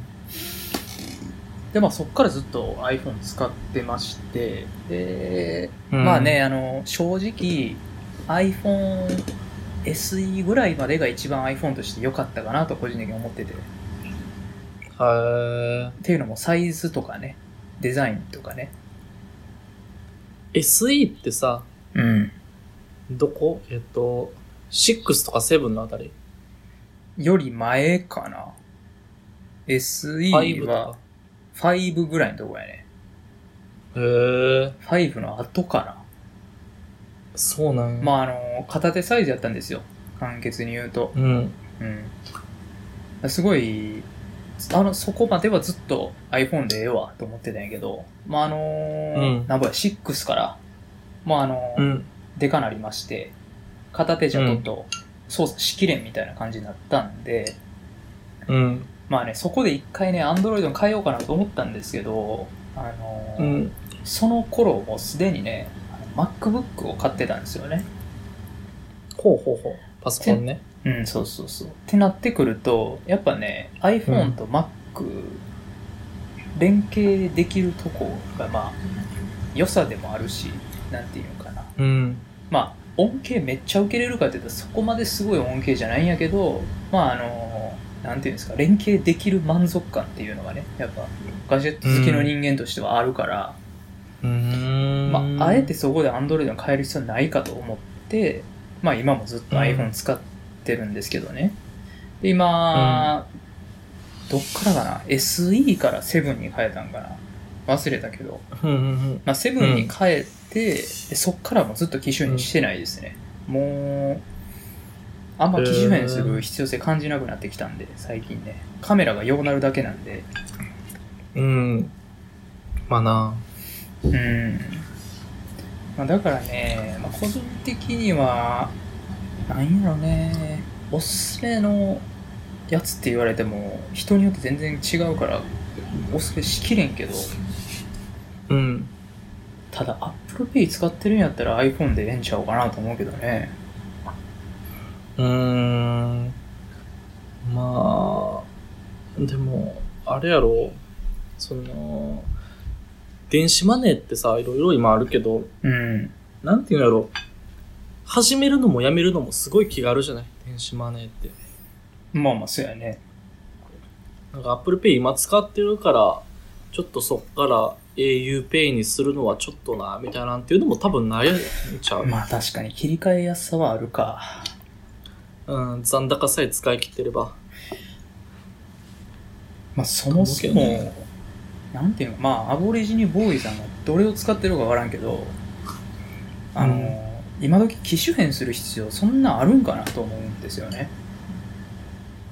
[SPEAKER 1] でまあそこからずっと iPhone 使ってましてで、
[SPEAKER 2] うん
[SPEAKER 1] まあね。あの正直 iPhone SE ぐらいまでが一番 iPhone として良かったかなと個人的に思っててっ
[SPEAKER 2] は
[SPEAKER 1] ていうのもサイズとかねデザインとかね
[SPEAKER 2] い。SE ってさ、
[SPEAKER 1] うん
[SPEAKER 2] どこえっと、6とか7のあたり
[SPEAKER 1] より前かな SE
[SPEAKER 2] ?5 と
[SPEAKER 1] は
[SPEAKER 2] か。
[SPEAKER 1] 5ぐらいのとこやね
[SPEAKER 2] へえ、
[SPEAKER 1] 5の後かな
[SPEAKER 2] そうなんや。
[SPEAKER 1] まああの片手サイズやったんですよ簡潔に言うと
[SPEAKER 2] うん。
[SPEAKER 1] うん、すごいあのそこまではずっと iPhone でええわと思ってたんやけど、まああのー
[SPEAKER 2] うん
[SPEAKER 1] なんぼや6から、まああのー
[SPEAKER 2] うん。
[SPEAKER 1] でかなりまして片手じゃちょっと操作しきれんみたいな感じになったんで、
[SPEAKER 2] うん。
[SPEAKER 1] まあねそこで一回ね Android に変えようかなと思ったんですけど、あのー
[SPEAKER 2] うん。
[SPEAKER 1] その頃もうすでにねあの MacBook を買ってたんですよね。
[SPEAKER 2] ほうほうほう。パソコンね。
[SPEAKER 1] うん、そうそうそう。ってなってくると、やっぱね、iPhone と Mac、連携できるとこが、まあ、良さでもあるし、なんていうのかな。
[SPEAKER 2] うん。
[SPEAKER 1] まあ、恩恵めっちゃ受けれるかって言ったら、そこまですごい恩恵じゃないんやけど、まあ、あの、なんていうんですか、連携できる満足感っていうのがね、やっぱ、ガジェット好きの人間としてはあるから、
[SPEAKER 2] うん
[SPEAKER 1] まあ、あえて、そこで Android を変える必要ないかと思って、まあ、今もずっと
[SPEAKER 2] うん
[SPEAKER 1] iPhone 使ってるんですけどね。で、今、どっからかな ?SE から7に変えたんかな忘れたけど。
[SPEAKER 2] うんうんうん、
[SPEAKER 1] まあ、7に変えて、でそっからもずっと機種変してないですね。もう、あんま機種変する必要性感じなくなってきたんで、最近ね。カメラがようなるだけなんで。
[SPEAKER 2] うん。まあな。
[SPEAKER 1] うん。まあ、だからね、まあ、個人的には、なんやろね、おすすめのやつって言われても、人によって全然違うから、おすすめしきれんけど、
[SPEAKER 2] うん。
[SPEAKER 1] ただ Apple Pay 使ってるんやったら iPhone でええんちゃうかなと思うけどね。
[SPEAKER 2] うーん。まあ、でも、あれやろ。その、電子マネーってさ、いろいろ今あるけど、
[SPEAKER 1] うん。
[SPEAKER 2] なんていうんやろ。始めるのもやめるのもすごい気軽じゃない電子マネーって。
[SPEAKER 1] まあまあ、そうやね。
[SPEAKER 2] なんか Apple Pay 今使ってるから、ちょっとそっから auPay にするのはちょっとな、みたいなんていうのも多分ないんちゃう、
[SPEAKER 1] まあ確かに切り替えやすさはあるか。
[SPEAKER 2] うん、残高さえ使い切ってれば。
[SPEAKER 1] まあそもそ
[SPEAKER 2] と思うけど
[SPEAKER 1] も、なんていうの、まあアボリジニボーイさんがどれを使ってるかわからんけど、あの、今時機種変する必要そんなあるんかなと思うんですよね。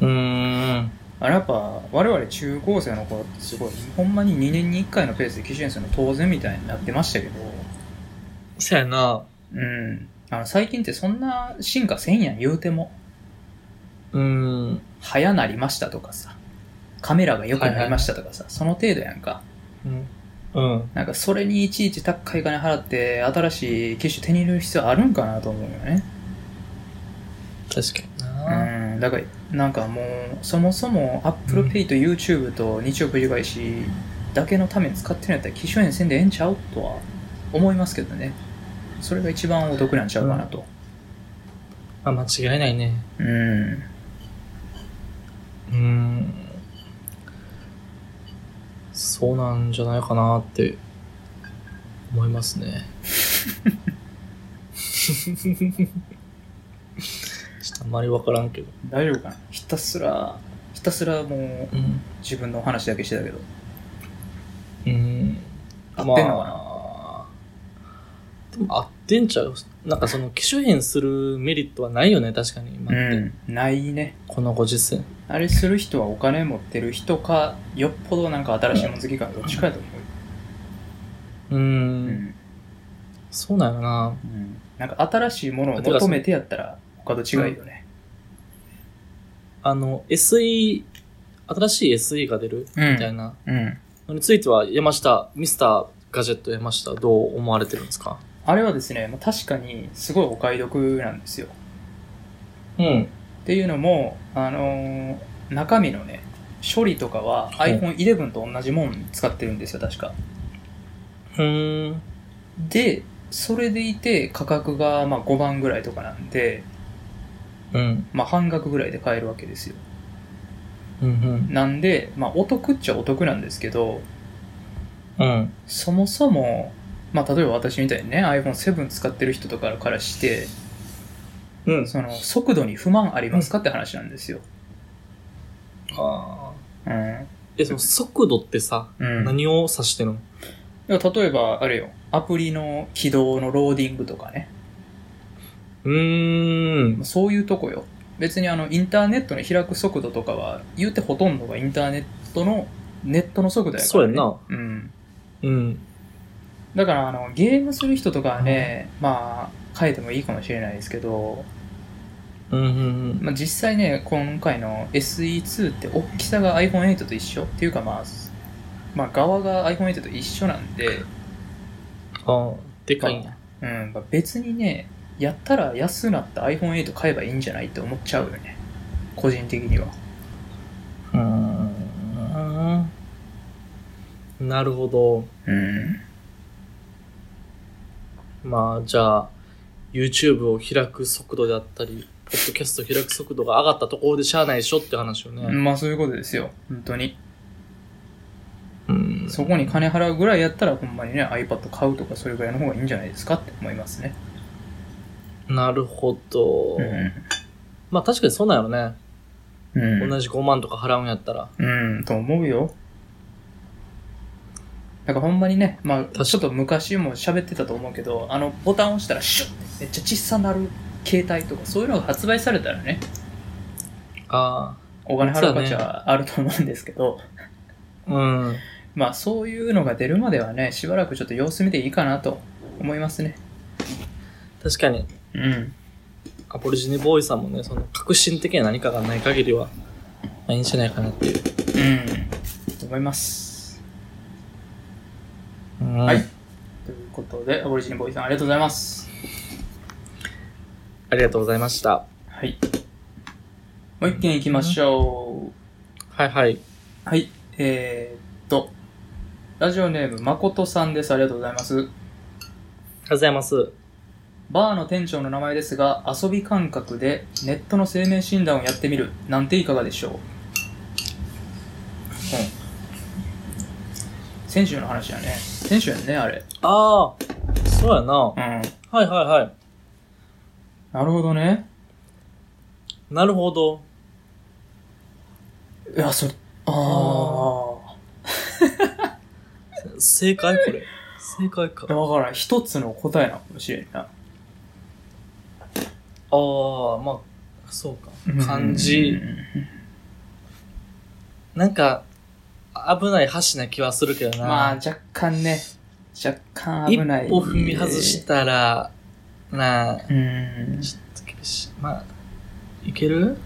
[SPEAKER 2] うーん。
[SPEAKER 1] あれやっぱ我々中高生の頃ってすごい、ほんまに2年に1回のペースで機種変するの当然みたいになってましたけど、
[SPEAKER 2] そやな。
[SPEAKER 1] うん。あの最近ってそんな進化せんやん、言うても。
[SPEAKER 2] うーん。
[SPEAKER 1] 早なりましたとかさ、カメラが良くなりましたとかさ、その程度やんか。
[SPEAKER 2] うん。うん。
[SPEAKER 1] なんかそれにいちいち高い金払って新しい機種手に入れる必要あるんかなと思うよね。
[SPEAKER 2] 確かにな。
[SPEAKER 1] うん。だから、なんかもう、そもそも Apple Pay と YouTube と日曜繰り返しだけのために使ってるんやったら機種変せんでええんちゃうとは思いますけどね。それが一番お得なんちゃうかなと。
[SPEAKER 2] あ、間違いないね。
[SPEAKER 1] うん。
[SPEAKER 2] うーん。そうなんじゃないかなって思います ね。ちょっとあんまりわからんけど。
[SPEAKER 1] 大丈夫かなひたすら、ひたすらもう
[SPEAKER 2] うん。
[SPEAKER 1] 自分のお話だけしてたけど。
[SPEAKER 2] うん。
[SPEAKER 1] 合ってんのかな
[SPEAKER 2] まあ、でも合ってんちゃうなんかその機種変するメリットはないよね、確かに今って。
[SPEAKER 1] うん。ないね。
[SPEAKER 2] このご時世。
[SPEAKER 1] あれする人はお金持ってる人か、よっぽどなんか新しいもの好きか、どっちかやと思
[SPEAKER 2] う
[SPEAKER 1] う。
[SPEAKER 2] ん。
[SPEAKER 1] うん。
[SPEAKER 2] そうなんやな。
[SPEAKER 1] うん。なんか新しいものを求めてやったら、他と違うよね。
[SPEAKER 2] あの、SE、新しい SE が出る
[SPEAKER 1] うん
[SPEAKER 2] みたいな
[SPEAKER 1] うん。
[SPEAKER 2] のについては、山下、ミスターガジェット山下、どう思われてるんですか
[SPEAKER 1] あれはですね、まあ確かにすごいお買い得なんですよ。
[SPEAKER 2] うん。
[SPEAKER 1] っていうのも、あのー中身のね、処理とかは iPhone11 と同じもん使ってるんですよ、確か。
[SPEAKER 2] うん。
[SPEAKER 1] で、それでいて価格がまあ5万ぐらいとかなんで、
[SPEAKER 2] うん。
[SPEAKER 1] まあ半額ぐらいで買えるわけですよ。
[SPEAKER 2] うん。
[SPEAKER 1] なんで、まあお得っちゃお得なんですけど、
[SPEAKER 2] うん。
[SPEAKER 1] そもそも、まあ、例えば私みたいにね、iPhone7 使ってる人とかからして、
[SPEAKER 2] うん。
[SPEAKER 1] その、速度に不満ありますかって話なんですよ。
[SPEAKER 2] あ
[SPEAKER 1] うん。
[SPEAKER 2] ーえ、その速度ってさ、
[SPEAKER 1] うん。
[SPEAKER 2] 何を指してるの
[SPEAKER 1] だから例えば、あれよ、アプリの起動のローディングとかね、
[SPEAKER 2] うーん。
[SPEAKER 1] そういうとこよ。別にあの、インターネットの開く速度とかは、言うてほとんどがインターネットの、ネットの速度やから、ね。
[SPEAKER 2] そうやんな。
[SPEAKER 1] うん。
[SPEAKER 2] うん。
[SPEAKER 1] だから、あの、ゲームする人とかはね、まあ、変えてもいいかもしれないですけど、
[SPEAKER 2] うん。うん。
[SPEAKER 1] まあ、実際ね、今回の SE2 って大きさが iPhone8 と一緒っていうかまあ、まあ、側が iPhone8 と一緒なんで、
[SPEAKER 2] あーでかいんや。
[SPEAKER 1] うん、まあ別にね、やったら安なった iPhone8 買えばいいんじゃないって思っちゃうよね。個人的には。
[SPEAKER 2] うーん。なるほど。
[SPEAKER 1] うん。
[SPEAKER 2] まあ、じゃあ、YouTube を開く速度であったり、ポッドキャスト開く速度が上がったところでしゃあないでしょって話よね。
[SPEAKER 1] まあそういうことですよ。本当に。
[SPEAKER 2] うん。
[SPEAKER 1] そこに金払うぐらいやったら、ほんまにね、iPad 買うとか、それぐらいの方がいいんじゃないですかって思いますね。
[SPEAKER 2] なるほど。
[SPEAKER 1] う
[SPEAKER 2] まあ確かにそうなんやろね。
[SPEAKER 1] ん。うん。
[SPEAKER 2] 同じ5万とか払うんやったら。
[SPEAKER 1] うん、と思うよ。なんかほんまにね、ま
[SPEAKER 2] か
[SPEAKER 1] あ、
[SPEAKER 2] に
[SPEAKER 1] ちょっと昔も喋ってたと思うけど、あの、ボタン押したらシュッてめっちゃ小さなる携帯とか、そういうのが発売されたらね、
[SPEAKER 2] あ
[SPEAKER 1] お金払う価値はあると思うんですけど、
[SPEAKER 2] あ。うん。
[SPEAKER 1] まあそういうのが出るまではね、しばらくちょっと様子見ていいかなと思いますね。
[SPEAKER 2] 確かに、
[SPEAKER 1] うん。
[SPEAKER 2] アポリジニボーイさんもね、その革新的な何かがない限りは、まあいいんじゃないかなっていう。
[SPEAKER 1] うん。と思います。
[SPEAKER 2] うん
[SPEAKER 1] はい。ということで、アボリジニボーイさんありがとうございます。
[SPEAKER 2] ありがとうございました。
[SPEAKER 1] はい。もう一件行きましょう。
[SPEAKER 2] はいはい。
[SPEAKER 1] はい、えー、っと、ラジオネーム、まことさんです。ありがとうございます。
[SPEAKER 2] ありがとうございます。
[SPEAKER 1] バーの店長の名前ですが、遊び感覚でネットの生命診断をやってみる、なんていかがでしょう。うん。先週の話やね。先週やんね、あれ。
[SPEAKER 2] ああ、そうやな。は
[SPEAKER 1] うん。
[SPEAKER 2] いはいは
[SPEAKER 1] なるほどね。
[SPEAKER 2] い。なるほど。
[SPEAKER 1] いや、それ、あ
[SPEAKER 2] 正解これ。正解か。
[SPEAKER 1] あ。だからん、一つの答えなのかもしれんな。
[SPEAKER 2] ああ、まあ、そうか。漢字。なんか、危ない橋な気はするけどな。
[SPEAKER 1] まあ、若干ね、若干
[SPEAKER 2] 一
[SPEAKER 1] 危ない。
[SPEAKER 2] 歩踏み外したら、なあ、
[SPEAKER 1] うん。
[SPEAKER 2] ちょっと厳しい。まあ、いける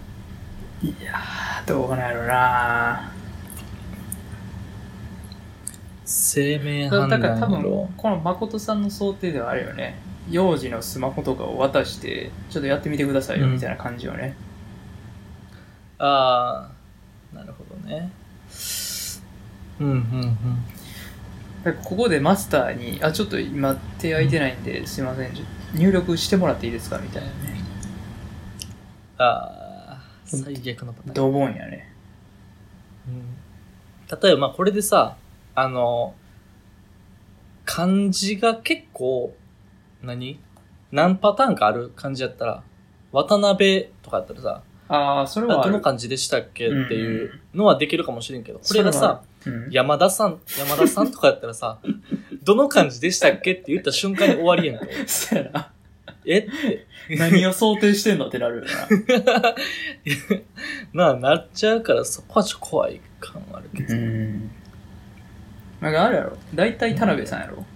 [SPEAKER 1] どうなんやろな
[SPEAKER 2] 生命
[SPEAKER 1] だ
[SPEAKER 2] 判
[SPEAKER 1] か
[SPEAKER 2] 断
[SPEAKER 1] ら多
[SPEAKER 2] やろ
[SPEAKER 1] 分この誠さんの想定ではあるよね幼児のスマホとかを渡してちょっとやってみてくださいよ
[SPEAKER 2] うん
[SPEAKER 1] みたいな感じよね、
[SPEAKER 2] ああ、なるほどね。うんうんうん。
[SPEAKER 1] だからここでマスターに「あちょっと今手空いてないんですいませんちょ入力してもらっていいですか?」みたいなね
[SPEAKER 2] ああ、最悪のパターン。
[SPEAKER 1] ドボンやね
[SPEAKER 2] うん例えば、まあこれでさ、あの、漢字が結構、何何パターンかある漢字やったら、渡辺とかやったらさ、
[SPEAKER 1] ああそれは
[SPEAKER 2] あ
[SPEAKER 1] あ
[SPEAKER 2] ど
[SPEAKER 1] る
[SPEAKER 2] の漢字でしたっけっていうのはできるかもしれんけど、これが
[SPEAKER 1] それはある
[SPEAKER 2] さ、
[SPEAKER 1] うん
[SPEAKER 2] 山田さん、山田さんとかやった らさ、どの漢字でしたっけって言った瞬間に終わりやんか。
[SPEAKER 1] そうやな
[SPEAKER 2] え って。
[SPEAKER 1] 何を想定してんのってなるよな
[SPEAKER 2] なあ、なっちゃうからそこはちょっと怖い感はあるけど。
[SPEAKER 1] んなんかあるやろ大体田辺さんやろ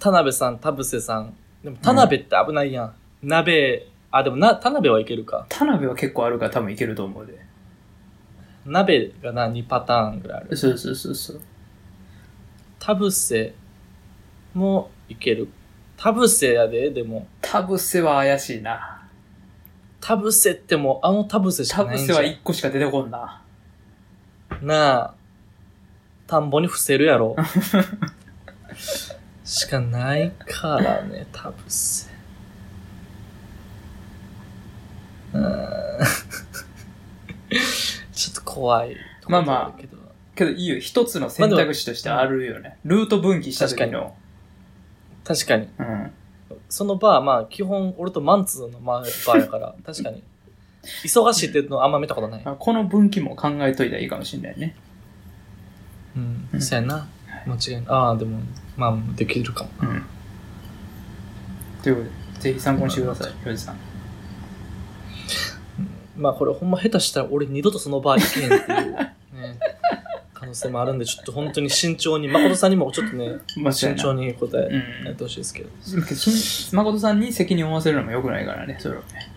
[SPEAKER 2] 田辺さん、田臥さん。でも田辺って危ないやん。鍋、あ、でもな、田辺はいけるか。
[SPEAKER 1] 田辺は結構あるから多分いけると思うで
[SPEAKER 2] 鍋がな、2パターンぐらいある。
[SPEAKER 1] そうそうそうそう
[SPEAKER 2] 田臥もいける。田臥やで、でも。
[SPEAKER 1] 田臥は怪しいな
[SPEAKER 2] 田臥ってもうあの田臥し
[SPEAKER 1] タ
[SPEAKER 2] かな
[SPEAKER 1] ブ
[SPEAKER 2] い
[SPEAKER 1] ス
[SPEAKER 2] んじゃ
[SPEAKER 1] は
[SPEAKER 2] ん
[SPEAKER 1] 1個しか出てこんな。
[SPEAKER 2] なあ、田んぼに伏せるや ろ。しかないからね、田臥。うーん ちょっと怖いところ
[SPEAKER 1] まあまあ
[SPEAKER 2] だけど。
[SPEAKER 1] けどいいよ、一つの選択肢としてあるよね。ルート分岐した時の。
[SPEAKER 2] 確かに。
[SPEAKER 1] うん。
[SPEAKER 2] そのバー、まあ基本俺とマンツーのバーバーや から、確かに。忙しいっていうのあんま見たことない。
[SPEAKER 1] あこの分岐も考えといたらいいかもしれないね。
[SPEAKER 2] うん
[SPEAKER 1] う。ん
[SPEAKER 2] そうやな。間違いない。ああ、でも、まあできるかも。
[SPEAKER 1] うん。ということで、ぜひ参考にしてください、ヒロジさん。
[SPEAKER 2] まあこれほんま下手したら俺二度とその場行けへんっていう、 ね、可能性もあるんで、ちょっと本当に慎重に、誠さんにもちょっとね、
[SPEAKER 1] 間違
[SPEAKER 2] 慎
[SPEAKER 1] いな
[SPEAKER 2] 重
[SPEAKER 1] い。
[SPEAKER 2] に答
[SPEAKER 1] う
[SPEAKER 2] えやっ
[SPEAKER 1] ん
[SPEAKER 2] てほしいですけど。
[SPEAKER 1] しん。誠さんに責任を負わせるのも良くないからね、それはね。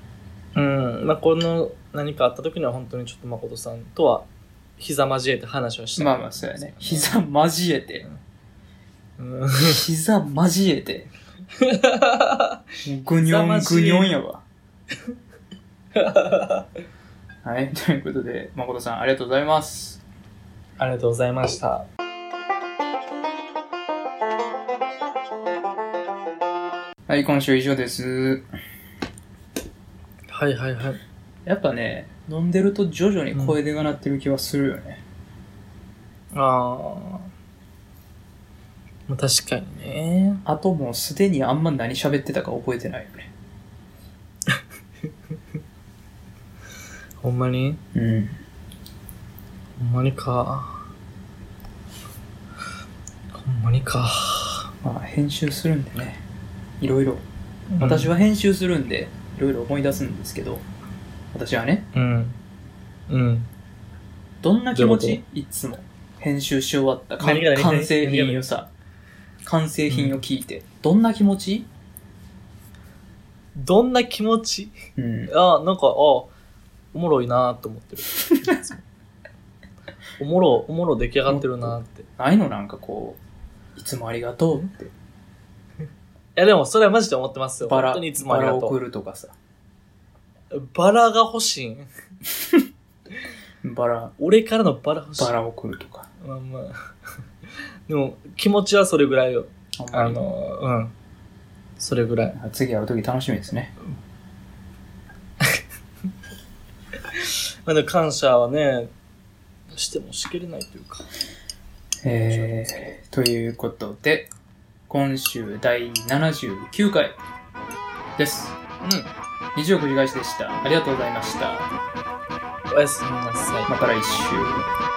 [SPEAKER 2] うん、まあこの何かあった時には本当にちょっと誠さんとは膝交えて話をしたい
[SPEAKER 1] まあまあ、そうやね。膝交え て。
[SPEAKER 2] うん
[SPEAKER 1] 膝交えて。もうぐにょん
[SPEAKER 2] 膝交
[SPEAKER 1] ぐに
[SPEAKER 2] え
[SPEAKER 1] ょんやわ。はい、ということで、誠さんありがとうございます。
[SPEAKER 2] ありがとうございました。
[SPEAKER 1] はい、今週以上です。
[SPEAKER 2] はいはいはい。
[SPEAKER 1] やっぱね、飲んでると徐々に声出が鳴ってる気はするよね。
[SPEAKER 2] あーまあ。確かにね。
[SPEAKER 1] あともうすでにあんま何喋ってたか覚えてないよね。
[SPEAKER 2] ほんまに
[SPEAKER 1] うん。
[SPEAKER 2] ほんまにか。ほんまにか。
[SPEAKER 1] まあ編集するんでね、いろいろ。
[SPEAKER 2] うん
[SPEAKER 1] 私は編集するんで、いろいろ思い出すんですけど、私はね、
[SPEAKER 2] うん。うん。
[SPEAKER 1] どんな気持
[SPEAKER 2] どうい
[SPEAKER 1] ち
[SPEAKER 2] う
[SPEAKER 1] いっつも編集し終わったか
[SPEAKER 2] 何が何が
[SPEAKER 1] 完成
[SPEAKER 2] 何
[SPEAKER 1] 品
[SPEAKER 2] が
[SPEAKER 1] をさ、完成品を聞いて、どんな気持ち
[SPEAKER 2] どんな気持ち
[SPEAKER 1] うん。
[SPEAKER 2] ああ、なんか、ああ、おもろいなーって思 ってる。おもろ、おもろ出来上がってるなーって。い
[SPEAKER 1] ないのなんかこう、いつもありがとうって。
[SPEAKER 2] や、でもそれはマジで思ってますよ。
[SPEAKER 1] バ
[SPEAKER 2] 本
[SPEAKER 1] ラ
[SPEAKER 2] 当にいつ、もあ
[SPEAKER 1] バ
[SPEAKER 2] り
[SPEAKER 1] ラ
[SPEAKER 2] が
[SPEAKER 1] を
[SPEAKER 2] と
[SPEAKER 1] 送
[SPEAKER 2] う。
[SPEAKER 1] るとかさ。
[SPEAKER 2] バラが欲しい。
[SPEAKER 1] バラ、
[SPEAKER 2] 俺からのバラ欲しい。
[SPEAKER 1] バラを送るとか。
[SPEAKER 2] まあまあ。 でも、気持ちはそれぐらいよ。
[SPEAKER 1] あんま
[SPEAKER 2] あ
[SPEAKER 1] り
[SPEAKER 2] の、うん。それぐらい。
[SPEAKER 1] 次会うとき楽しみですね。
[SPEAKER 2] まあ、でも感謝はね、してもしきれないというか。
[SPEAKER 1] えー、ということで、今週第79回です。
[SPEAKER 2] う
[SPEAKER 1] 日曜繰り返しでした。ありがとうございました。
[SPEAKER 2] ん。おやすみなさい。
[SPEAKER 1] また来週。